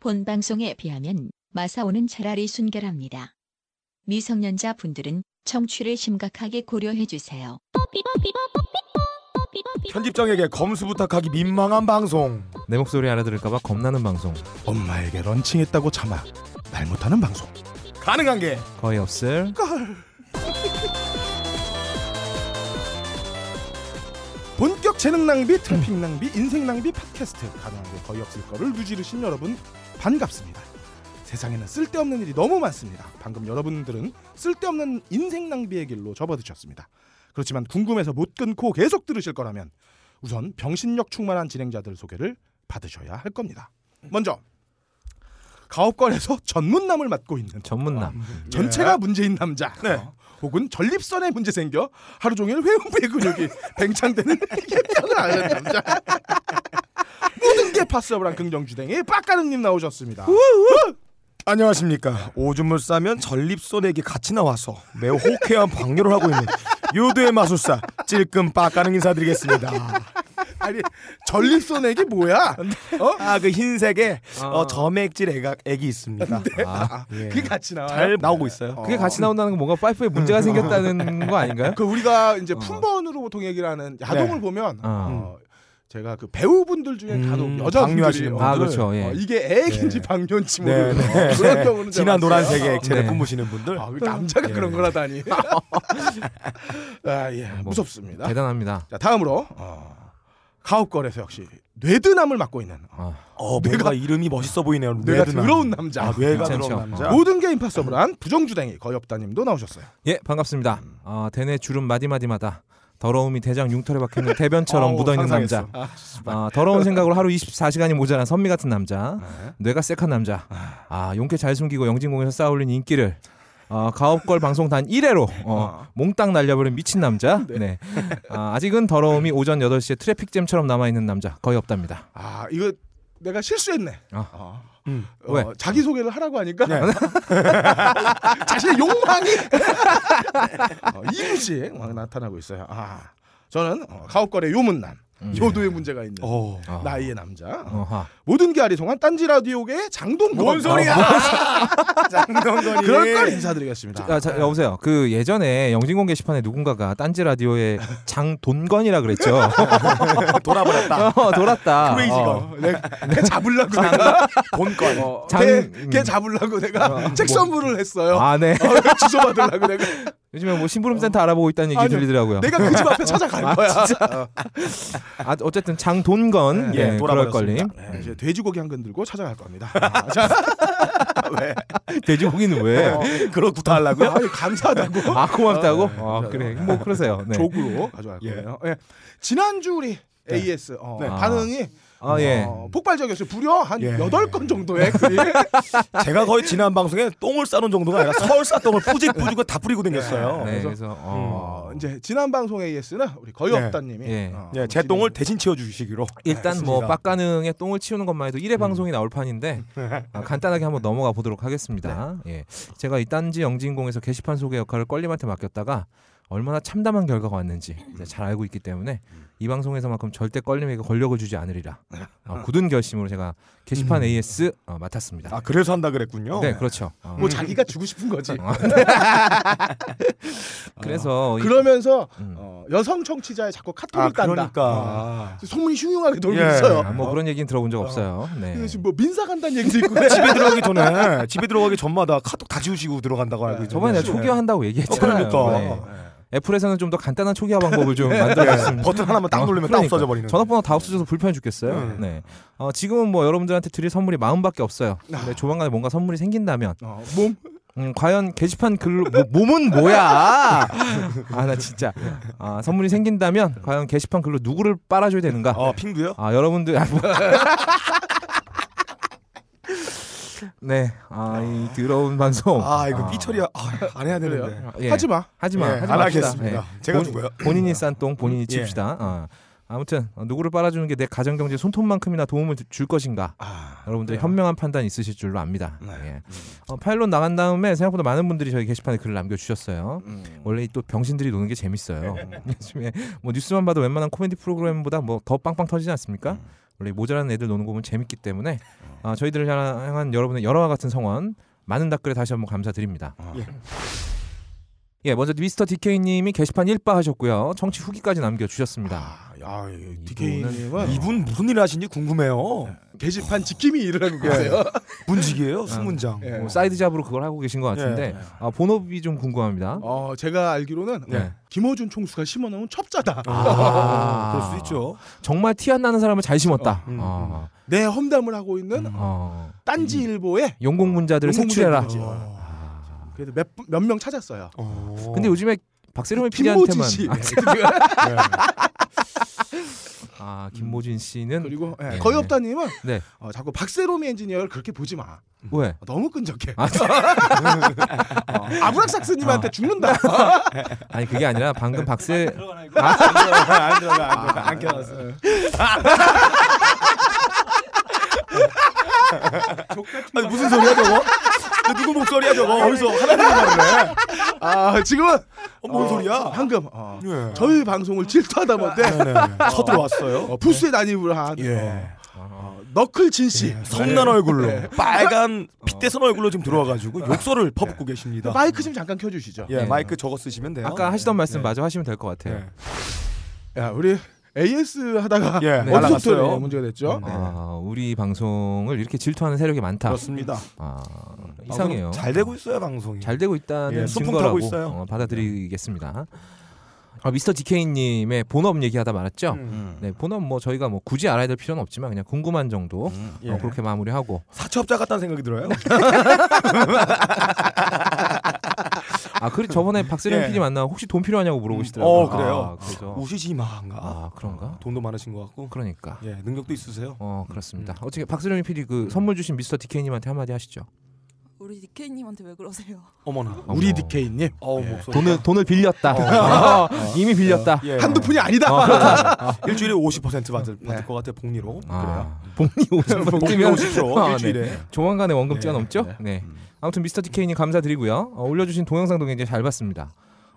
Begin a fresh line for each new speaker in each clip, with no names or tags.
본 방송에 비하면 마사오는 차라리 순결합니다. 미성년자 분들은 청취를 심각하게 고려해 주세요.
편집장에게 검수 부탁하기 민망한 방송.
내 목소리 알아들을까봐 겁나는 방송
엄마에게 런칭했다고 자막 말 못하는 방송
가능한 게
거의 없을
본격 재능 낭비, 트래핑 낭비, 인생 낭비 팟캐스트 가능한 게 거의 없을 거를 누지르신 여러분 반갑습니다. 세상에는 쓸데없는 일이 너무 많습니다. 방금 여러분들은 쓸데없는 인생 낭비의 길로 접어드셨습니다. 그렇지만 궁금해서 못 끊고 계속 들으실 거라면 우선 병신력 충만한 진행자들 소개를 받으셔야 할 겁니다. 먼저 가업걸에서 전문남을 맡고 있는
전문남
전체가 문제인 남자.
예. 네.
혹은 전립선에 문제 생겨 하루 종일 회음부의 근육이 뱅창되는 예전을 아는 남자. 모든 게 파스업이랑 긍정주댕이 빡가능님 나오셨습니다.
안녕하십니까. 오줌을 싸면 전립선에게 같이 나와서 매우 호쾌한 방뇨를 하고 있는 유도의 마술사 찔끔 빡가는 인사드리겠습니다.
아니 전립선 애기 뭐야? 어?
아 그 흰색에
아.
어, 점액질 애가, 애기 있습니다.
네.
아,
예.
그게 같이 나와요.
잘 나오고 있어요.
그게 같이 나온다는 건 뭔가 파이프에 문제가 생겼다는 거 아닌가요?
그 우리가 이제
어.
품번으로 보통 얘기를 하는 야동을
네. 음.
보면
어.
어, 제가 그 배우분들 중에
음,
간혹 여자분들이
방뇨하시는
어,
분들.
아 그렇죠 예.
어, 이게 애기인지
네.
방뇨인지
네,
모르는
네.
그런 경우는 제가
진한
봤어요.
노란색의 액체를
네.
뿜으시는 분들.
아, 왜 남자가
예.
그런 거라다니. 아, 예.
뭐,
무섭습니다.
대단합니다
자, 다음으로 어, 가옥걸에서 역시 뇌드남을 맡고 있는 어,
아,
어, 뭔가 이름이 멋있어 보이네요.
뇌가
레드남.
더러운 남자.
아, 뇌가
괜찮죠.
들어온 남자.
아.
모든 게 임파서블한 부정주댕이 거의 없다님도 나오셨어요.
예 반갑습니다 아, 대뇌 주름 마디마디마다 더러움이 대장 융털에 박혀있는 대변처럼
어우,
묻어있는
상상했어.
남자 아, 더러운 생각으로 하루 24시간이 모자란 선미 같은 남자 뇌가 섹한 남자 아 용케 잘 숨기고 영진공에서 쌓아올린 인기를 어, 가업걸 방송 단 1회로 어, 몽땅 날려버린 미친 남자 네. 아, 직은 더러움이 오전 8시에 트래픽잼처럼 남아있는 남자 거의 없답니다
아, 이거 내가 실수했네.
아.
어,
음.
어,
왜?
자기 소개를 하라고 하니까
네.
자신의 욕망이 어, 이무지 막 나타나고 있어요. 아, 저는 어, 가옥걸의 요문남,
음.
요도의 문제가 있는
어.
어.
나이의 남자.
어하.
모든 게 아리송한 딴지 라디오계의 장동
뭔 소리야? 장동건이.
그럴 걸 인사드리겠습니다.
아, 자, 여보세요. 그 예전에 영진공 게시판에 누군가가 딴지 라디오에 장돈건이라 그랬죠.
돌아버렸다.
어, 돌았다. 어.
어, 내가, 내가 잡으려고 내가
돈건.
어,
장-
걔,
음.
걔 잡으려고 내가 책 선물을 했어요.
아, 네.
어, 주소 받으려고 내가
요즘에 뭐 신부름센터 알아보고 있다는 얘기
아니요.
들리더라고요.
내가 그 집 앞에 찾아갈 거야. 어.
아, 어쨌든 장돈건
예,
예, 그럴 걸림.
돌아버렸습니다.
네, 이제 돼지고기 한 근 들고 찾아갈 겁니다. 어, 네. 아, 자, 왜?
돼지고기는 왜?
그런 구타 하려고요?
아, 감사하다고
아 고맙다고?
네.
아 그래 뭐 그러세요. 네.
조구로 가져갈
예.
거예요. 예. 지난주 우리 AS 어,
네.
반응이
아 예.
어, 폭발적이었어요. 무려 한
예.
여덟 건 정도의 글이
제가 거의 지난 방송에 똥을 싸놓은 정도가 아니라 서울싸 똥을 푸지 푸지고 다 뿌리고 댕겼어요.
네, 그래서 어,
어, 이제 지난 방송 AS는 우리 거의
네.
없다님이
예.
어,
예, 제 똥을 대신 치워주시기로.
일단 뭐
네, 알겠습니다. 음.
빡가능의 똥을 치우는 것만 해도 1회 방송이 나올 판인데
네.
아, 간단하게 한번 넘어가 보도록 하겠습니다. 예. 제가 이 딴지 영진공에서 게시판 소개 역할을 껄림한테 맡겼다가 얼마나 참담한 결과가 왔는지 이제 잘 알고 있기 때문에 이 방송에서만큼 절대 껄림에게 권력을 주지 않으리라 어, 굳은 결심으로 제가 게시판 AS 어, 맡았습니다.
음. 아 그래서 한다 그랬군요.
네, 그렇죠. 어.
뭐 자기가 주고 싶은 거지.
아,
그래서 이-
그러면서
음. 그러니까.
어, 여성 청취자에 자꾸 카톡을
아
딴다.
그러니까
소문이 흉흉하게 돌고
예.
있어요.
아, 뭐 그런 얘기는 들어본 적 없어요. 네.
그래서 지금 뭐 민사 간다는 얘기도 있고.
네, 집에 들어가기 전에 집에 들어가기 전마다 카톡 다 지우시고 들어간다고 알고 있는데
저번에 내가
네.
초기화한다고 얘기했잖아요. 네.
그러니까.
애플에서는 좀 더 간단한 초기화 방법을
네.
좀 만들어줬으면
버튼 하나만 딱
어,
누르면 딱
그러니까.
없어져 버리는.
전화번호 다 없어져서 불편해 죽겠어요. 네. 어, 지금은 뭐 여러분들한테 드릴 선물이 마음밖에 없어요.
아.
근데 조만간에 뭔가 선물이 생긴다면
어, 몸
음, 과연 게시판 글로 뭐, 몸은 뭐야? 아 나 진짜 아, 선물이 생긴다면 과연 게시판 글로 누구를 빨아줘야 되는가?
어 핑구요?
아 여러분들 아, 뭐. 네, 아이 더러운 방송.
아 이거 삐처리야. 아, 안 해야 되는데.
그래요?
예.
하지 마.
어. 하지마.
예,
하지
안
맙시다.
하겠습니다.
예.
제가
본-
누구요?
본인이 싼 똥 본인이 칩시다. 어. 아무튼 어, 누구를 빨아주는 게 내 가정 경제 손톱만큼이나 도움을 주- 줄 것인가. 여러분들 현명한 판단 있으실 줄로 압니다. 예. 어, 파일럿 나간 다음에 생각보다 많은 분들이 저희 게시판에 글을 남겨주셨어요. 원래 이또 병신들이 노는
네. 음.
게 재밌어요. 요즘에 뭐 뉴스만 봐도 웬만한 코미디 프로그램보다 뭐 더 빵빵 터지지 않습니까? 원래 모자란 애들 노는 거 보면 재밌기 때문에
어.
아, 저희들을 향한 여러분의 열화와 같은 성원 많은 댓글에 다시 한번 감사드립니다.
어.
예.
예, 먼저 미스터 디케이님이 게시판 1바 하셨고요. 청취 후기까지 남겨주셨습니다.
아, 야,
이분은-
디케이님은
이분 무슨 일 하시는지 궁금해요.
게시판 지킴이 일을
예.
하고 계세요.
문직이에요, 수문장.
예.
뭐 사이드 잡으로 그걸 하고 계신 것 같은데
네.
예.
아, 본업이 좀 궁금합니다.
어, 제가 알기로는
네.
김어준 총수가 심어놓은 첩자다.
아, 그럴 수 있죠.
정말 티 안 나는 사람을 잘 심었다.
음, 음.
어,
내 험담을 하고 있는
음.
어.
딴지일보에
용공문자들을 색출해라.
용공문자들이지.
아.
그래도 몇몇 명 찾았어요. 그
어.
근데 요즘에 박세롬의
김모지
피디한테만
씨
아,
네.
아 김모진 씨는
그리고 예,
네.
거의 없다님은
네.
어, 자꾸 박세롬이 엔지니어를 그렇게 보지 마.
왜?
너무 끈적해.
아,
어, 아브락 삭스님한테
아.
죽는다.
아니 그게 아니라 방금
아, 안
박세
들어가, 안 들어가, 안 껴놨어. 아니, 무슨 소리야 저거? 저 누구 목소리야 저거? 어디서 하나님 말을 해?
아 지금은
어, 뭔
어,
소리야?
방금 어,
예.
저희 방송을 질투하다 못해
네, 쳐들어왔어요.
어, 부스에 난입을 한
예.
어, 너클 진씨
성난 얼굴로 네. 빨간 핏대선 얼굴로 지금 들어와가지고 욕설을 퍼붓고 계십니다.
마이크 좀 잠깐 켜주시죠.
예,
예.
마이크 적어 쓰시면 돼요. 네.
아까 하시던 말씀 네. 마저 하시면 될 것 같아요.
예.
야 우리 AS 하다가
예,
원소프트웨어
날아갔어요.
문제가 됐죠.
네.
아, 우리 방송을 이렇게 질투하는 세력이 많다.
그렇습니다.
아, 이상해요.
아, 잘 되고 있어요 방송이.
잘 되고 있다는
예, 소풍 타고
증거라고
있어요.
어, 받아들이겠습니다. 아, 미스터 디케이님의 본업 얘기하다 말았죠.
음.
네, 본업 뭐 저희가 뭐 굳이 알아야 될 필요는 없지만 그냥 궁금한 정도
예.
어, 그렇게 마무리하고
사채업자 같다는 생각이 들어요.
네. 아 그리고 저번에 박세림
예.
PD 만나 혹시 돈 필요하냐고 물어보시더라고요.
어, 그래요?
아, 그래서
우시지 마인가?
아 그런가?
돈도 많으신 것 같고.
그러니까.
예, 능력도 있으세요.
어 그렇습니다. 어떻게 박세림 PD 그 선물 주신 미스터 디케이님한테 한마디 하시죠.
우리 니케이님한테 왜 그러세요?
어머나. 예.
우리
어머. 뭐
디케이님
어우 목소리.
돈을 돈을 빌렸다.
어.
어, 이미 빌렸다.
예.
한두 푼이 아니다.
어, 그렇다. 네.
일주일에 50% 받을 받을 것 같아 복리로.
아, 복리 50%
복리
뛰면
50%
아, 네.
일주일에.
조만간에 원금지가
네,
넘죠? 네. 아무튼 미스터 디케이님 감사드리고요. 어, 올려주신 동영상도 굉장히 잘 봤습니다.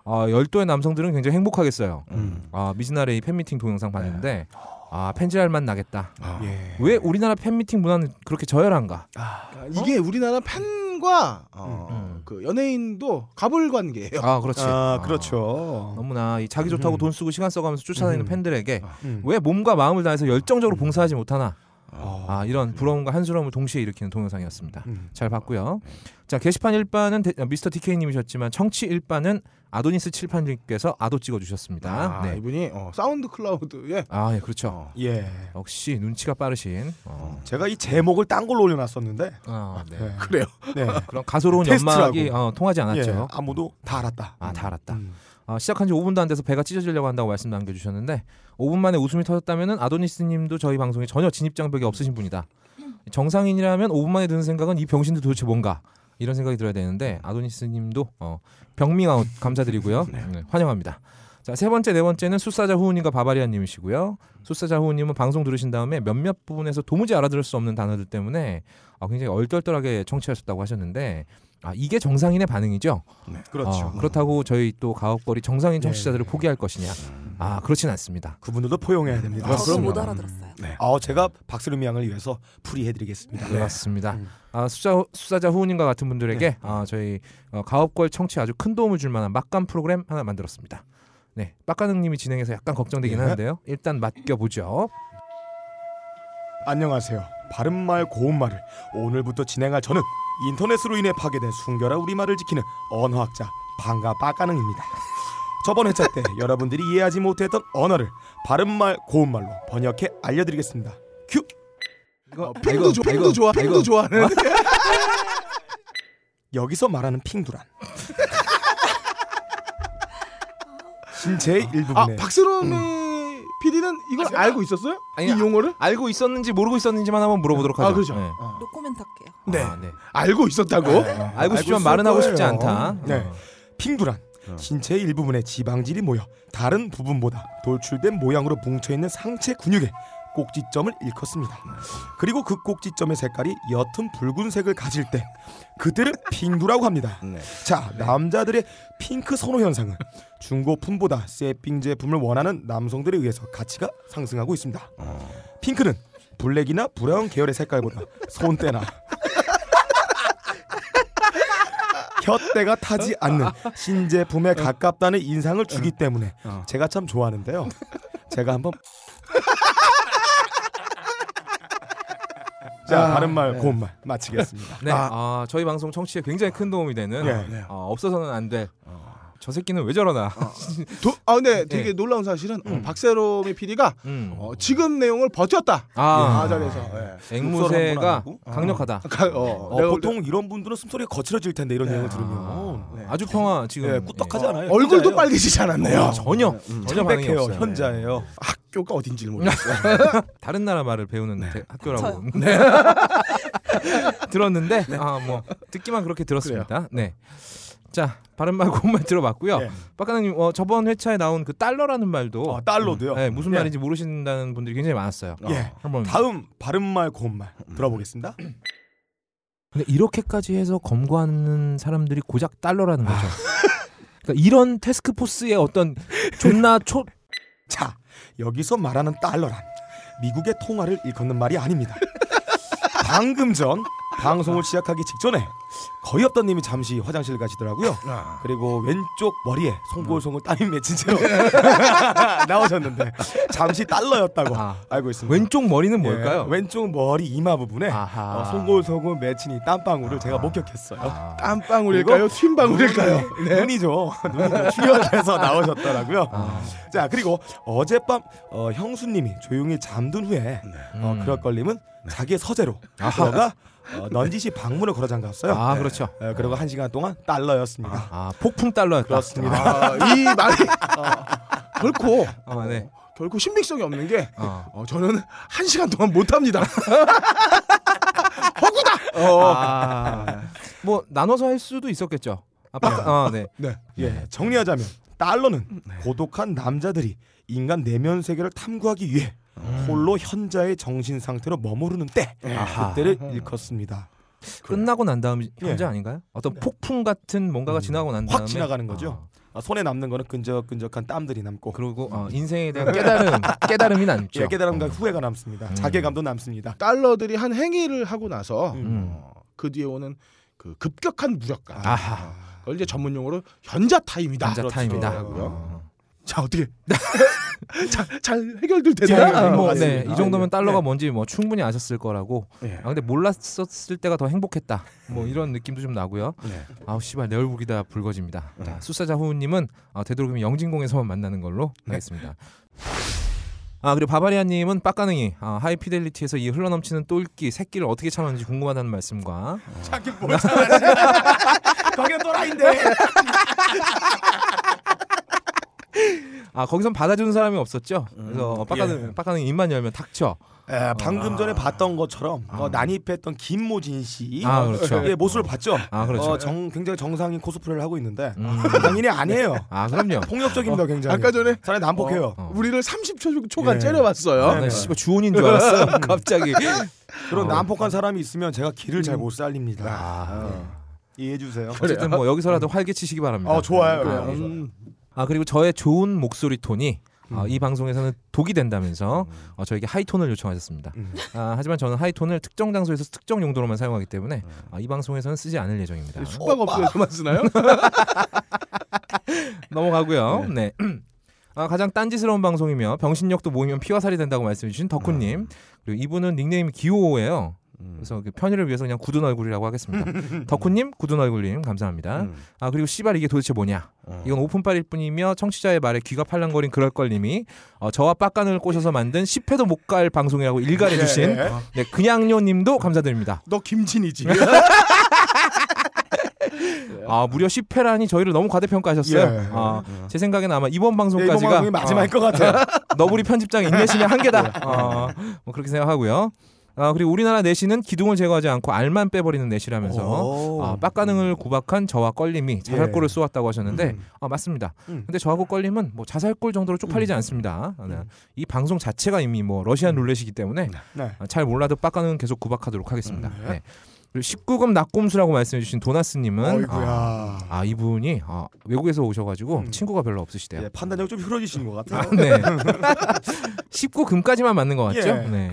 아, 열도의 남성들은 굉장히 행복하겠어요.
음.
아, 미즈나레이 팬미팅 동영상 봤는데 아 팬질할 맛 나겠다.
예.
왜 우리나라 팬미팅 문화는 그렇게 저열한가?
아, 이게 우리나라 팬과 어,
음.
그 연예인도 갑을 관계예요.
아 그렇지.
아,
아,
그렇죠.
너무나 이 자기 좋다고
음.
돈 쓰고 시간 써가면서 쫓아다니는
음.
팬들에게
음.
왜 몸과 마음을 다해서 열정적으로 봉사하지 못하나?
어.
아 이런 부러움과 한스러움을 동시에 일으키는 동영상이었습니다.
음.
잘 봤고요. 자 게시판 1반은 데, 아, 미스터 디케이님이셨지만 청취 1반은 아도니스 칠판님께서 아도 찍어주셨습니다.
아,
네.
이분이 어, 사운드 클라우드에
아 예, 그렇죠.
예.
역시 눈치가 빠르신. 어.
제가 이 제목을 딴 걸로 올려놨었는데.
아, 네.
네.
그래요.
네.
그런 가소로운
테스트라고.
연막이 어, 통하지 않았죠.
예, 아무도 다 알았다.
아 다 알았다.
음.
아, 시작한 지 5분도 안 돼서 배가 찢어지려고 한다고 말씀 남겨주셨는데 5분 만에 웃음이 터졌다면 아도니스님도 저희 방송에 전혀 진입 장벽이 없으신 분이다. 정상인이라면 5분 만에 드는 생각은 이 병신도 도대체 뭔가 이런 생각이 들어야 되는데 아도니스님도 어, 병밍아웃 감사드리고요. 네, 환영합니다. 자, 세 번째, 네 번째는 숫사자 후우님과 바바리아님이시고요. 숫사자 후우님은 방송 들으신 다음에 몇몇 부분에서 도무지 알아들을 수 없는 단어들 때문에 아, 굉장히 얼떨떨하게 청취하셨다고 하셨는데 아, 이게 정상인의 반응이죠.
그렇죠. 네.
어, 그렇다고 저희 또 가업거리 정상인 청취자들을 포기할 것이냐? 아 그렇진 않습니다.
그분들도 포용해야 됩니다.
아,
저도
그럼요.
못 알아들었어요.
아, 제가 박스름 양을 위해서 풀이해드리겠습니다.
네. 맞습니다.
음.
아, 수자, 수사자 후우님과 같은 분들에게 아, 저희 어, 가업걸 청취 아주 큰 도움을 줄 만한 막간 프로그램 하나 만들었습니다. 네, 빡가능님이 진행해서 약간 걱정되긴
예.
하는데요. 일단 맡겨보죠.
안녕하세요. 바른말 고운말을 오늘부터 진행할 저는 인터넷으로 인해 파괴된 순결한 우리말을 지키는 언어학자 방가 빠까능입니다. 저번 회차 때 여러분들이 이해하지 못했던 언어를 바른말 고운말로 번역해 알려드리겠습니다. 큐!
어, 핑도 좋아, 핑도 좋아, 핑도 좋아하는.
여기서 말하는 핑두란 신체의
아
일부분에
박세롬이 PD는 이걸 알고 있었어요?
아니,
이 용어를?
알고 있었는지 모르고 있었는지만 한번 물어보도록 하죠.
아 그렇죠.
네.
어.
노코멘트 할게요.
네. 어?
아, 네.
알고 있었다고?
네.
아, 알고 싶지만
있을
말은 하고 싶지
거예요.
않다.
네.
어.
핑두란 신체의 일부분에 지방질이 모여 다른 부분보다 돌출된 모양으로 뭉쳐있는 상체 근육의 꼭지점을 일컫습니다. 그리고 그 꼭지점의 색깔이 옅은 붉은색을 가질 때 그들을 핑두라고 합니다.
네.
자 남자들의 핑크 선호 현상은 중고품보다
어.
새삥 제품을 원하는 남성들에 의해서 가치가 상승하고 있습니다. 핑크는 블랙이나 브라운 계열의 색깔보다 손때나 혀대가 타지 않는 신제품에 가깝다는 인상을 주기 때문에
어.
제가 참 좋아하는데요. 제가 한번 자
아,
다른 말
네.
고운 말 마치겠습니다.
네,
아.
아, 저희 방송 청취에 굉장히 큰 도움이 되는
네.
네.
어, 없어서는 안 될. 저 새끼는 왜 저러나.
도, 아
네.
근데 되게 놀라운 사실은
음.
어, 박세롬이 PD가
음.
어, 지금 내용을 버텼다.
아,
아 자리에서. 예.
욕설을 한건
앵무새가
아니고?
강력하다.
가- 어,
어,
내가 볼 때-
보통 이런 분들은 숨소리가 거칠어질 텐데 이런
네.
내용을
아,
들으면
네.
아주 평화 지금
예, 꾸덕하지
예. 음.
않아요.
어, 얼굴도
혼자예요.
빨개지지 않았네요.
어, 전혀
전혀 반응이
창백해요. 네.
없어요.
현자예요.
학교가 어딘지를 모르겠어요.
다른 나라 말을 배우는
네.
대- 학교라고
저요.
네. 들었는데
네.
아 뭐 듣기만 그렇게 들었습니다. 네. 자 바른 말 고운 말 들어봤고요.
네.
박가능님 어, 저번 회차에 나온 그 달러라는 말도
어, 달러도요.
네, 무슨
예.
말인지 모르신다는 분들이 굉장히 많았어요.
예.
한번
다음 음. 바른 말 고운 말 들어보겠습니다.
근데 이렇게까지 해서 검거하는 사람들이 고작 달러라는
아.
거죠. 그러니까 이런 태스크포스의 어떤 존나 초
자, 여기서 말하는 달러란 미국의 통화를 일컫는 말이 아닙니다. 방금 전 방송을 시작하기 직전에 거의 없던 님이 잠시 화장실 가시더라고요.
아.
그리고 왼쪽 머리에 송골송골 땀이 맺힌 채로 나오셨는데 잠시 달러였다고
음. 아.
알고 있습니다.
왼쪽 머리는
예,
뭘까요?
왼쪽 머리 이마 부분에
아하.
어, 송골송골 맺힌 이 땀방울을 제가 목격했어요.
아.
땀방울일까요? 흰방울일까요?
네.
눈이죠. 눈이 출연해서 나오셨더라고요.
아.
자 그리고 어젯밤 어, 형수님이 조용히 잠든 후에 어,
음.
그럴 걸림은 자기의 서재로 들어가 어, 넌지시 방문을 걸어 잠갔어요.
아 그렇죠.
어, 그리고 한 시간 동안 달러였습니다.
아 폭풍 달러였다.
그렇습니다.
아, 이 말이 결코
아, 네.
결코 신빙성이 없는 게
어.
어, 저는 한 시간 동안 못 합니다. 허구다. 어.
아, 뭐 나눠서 할 수도 있었겠죠. 아, 박, 아 네.
네.
예, 정리하자면 달러는 고독한 남자들이 인간 내면 세계를 탐구하기 위해 홀로 현자의 정신 상태로 머무르는 때
음. 아하.
그때를 일컫습니다.
끝나고 난 다음 현재
예.
아닌가요? 어떤 폭풍 같은 뭔가가 지나고 난
확
다음에
지나가는 거죠.
아,
아, 손에 남는 거는 끈적끈적한 땀들이 남고
그리고 어, 인생에 대한 깨달음, 깨달음이 남죠.
음. 예, 깨달음과 후회가 남습니다.
음.
자괴감도 남습니다.
달러들이 한 행위를 하고 나서
음.
어, 그 뒤에 오는 그 급격한 무력감.
아하.
그걸 이제 전문 용어로 현자 타임이다.
남자 타임이다.
그렇죠.
어.
자 어떻게 잘, 잘 해결들
자,
되나요? 어,
뭐, 네,
맞습니다.
이 정도면
네.
달러가 뭔지 뭐 충분히 아셨을 거라고.
예.
아, 근데 몰랐었을 때가 더 행복했다. 뭐 이런 느낌도 좀 나고요.
네.
아우 씨발 내 얼굴이다 붉어집니다. 자, 수사자 후우님은 아, 되도록이면 영진공에서만 만나는 걸로 하겠습니다. 아 그리고 바바리아님은 빡가능이 아, 하이피델리티에서 이 흘러넘치는 똘끼 새끼를 어떻게 참았는지 궁금하다는 말씀과
자기 뭘 잘하지? 거긴 또라인데.
아 거기선 받아주는 사람이 없었죠. 그래서 빡가능 빡가능 입만 열면 탁쳐.
에, 예, 방금 전에 봤던 것처럼 어, 난입했던 김모진 씨
아, 그렇죠.
예, 모습을 봤죠.
아, 그렇죠.
어, 정, 굉장히 정상인 코스프레를 하고 있는데
음.
정상인이 아니에요.
아 그럼요.
폭력적입니다, 굉장히.
아까 전에
사람이 난폭해요.
어.
우리를 30초 초간
예.
째려봤어요.
아, 나 씨발 주혼인 줄 알았어. 갑자기.
그런
어.
난폭한 사람이 있으면 제가 길을 잘 못 살립니다. 어.
아,
이해해 주세요.
어쨌든 뭐 여기서라도 활개치시기 바랍니다.
어, 좋아요.
아,
그래요.
음.
아 그리고 저의 좋은 목소리 톤이 어, 이 방송에서는 독이 된다면서 어, 저에게 하이톤을 요청하셨습니다.
음.
아, 하지만 저는 하이톤을 특정 장소에서 특정 용도로만 사용하기 때문에 아, 이 방송에서는 쓰지 않을 예정입니다.
숙박업소에서만 쓰나요?
넘어가고요. 네. 아, 가장 딴지스러운 방송이며 병신력도 모이면 피와 살이 된다고 말씀해주신 덕후님 그리고 이분은 닉네임이 기호예요. 그래서 그 편의를 위해서 그냥 굳은 얼굴이라고 하겠습니다. 덕후님, 굳은 얼굴님 감사합니다. 아 그리고 씨발 이게 도대체 뭐냐? 이건 오픈빨일 뿐이며 청취자의 말에 귀가 팔랑거린 그럴걸님이 어, 저와 빡간을 꼬셔서 만든 10회도 못 갈 방송이라고 일갈해주신
예.
네, 그냥요님도 감사드립니다.
너 김진이지.
아 무려 10회라니 저희를 너무 과대평가하셨어요.
예.
아, 제 생각에는 아마 이번
예, 이번
방송까지가
방송이 마지막일 것 같아요.
아, 너구리 편집장
네.
인내심의 한계다. 어, 뭐 그렇게 생각하고요. 아 그리고 우리나라 내시는 기둥을 제거하지 않고 알만 빼버리는 내시라면서
오. 예.
아, 빡가능을 구박한 저와 껄림이 자살골을 쏘았다고 하셨는데 아, 맞습니다.
음.
근데 저하고 껄림은 뭐 자살골 정도로 쪽팔리지 않습니다. 아, 네.
음.
이 방송 자체가 이미 뭐 러시안 룰렛이기 때문에
네. 음,
아, 잘 몰라도 빡가능은 계속 구박하도록 하겠습니다. 네. 그리고 19금 낙곰수라고 말씀해주신 도나스님은 아,
어이구야. 음.
아, 이분이 아, 외국에서 오셔가지고 친구가 별로 없으시대요.
예, 아, 판단력 좀 흐려지신 것 같아요.
네. 19금까지만 맞는 것 같죠?
예.
네.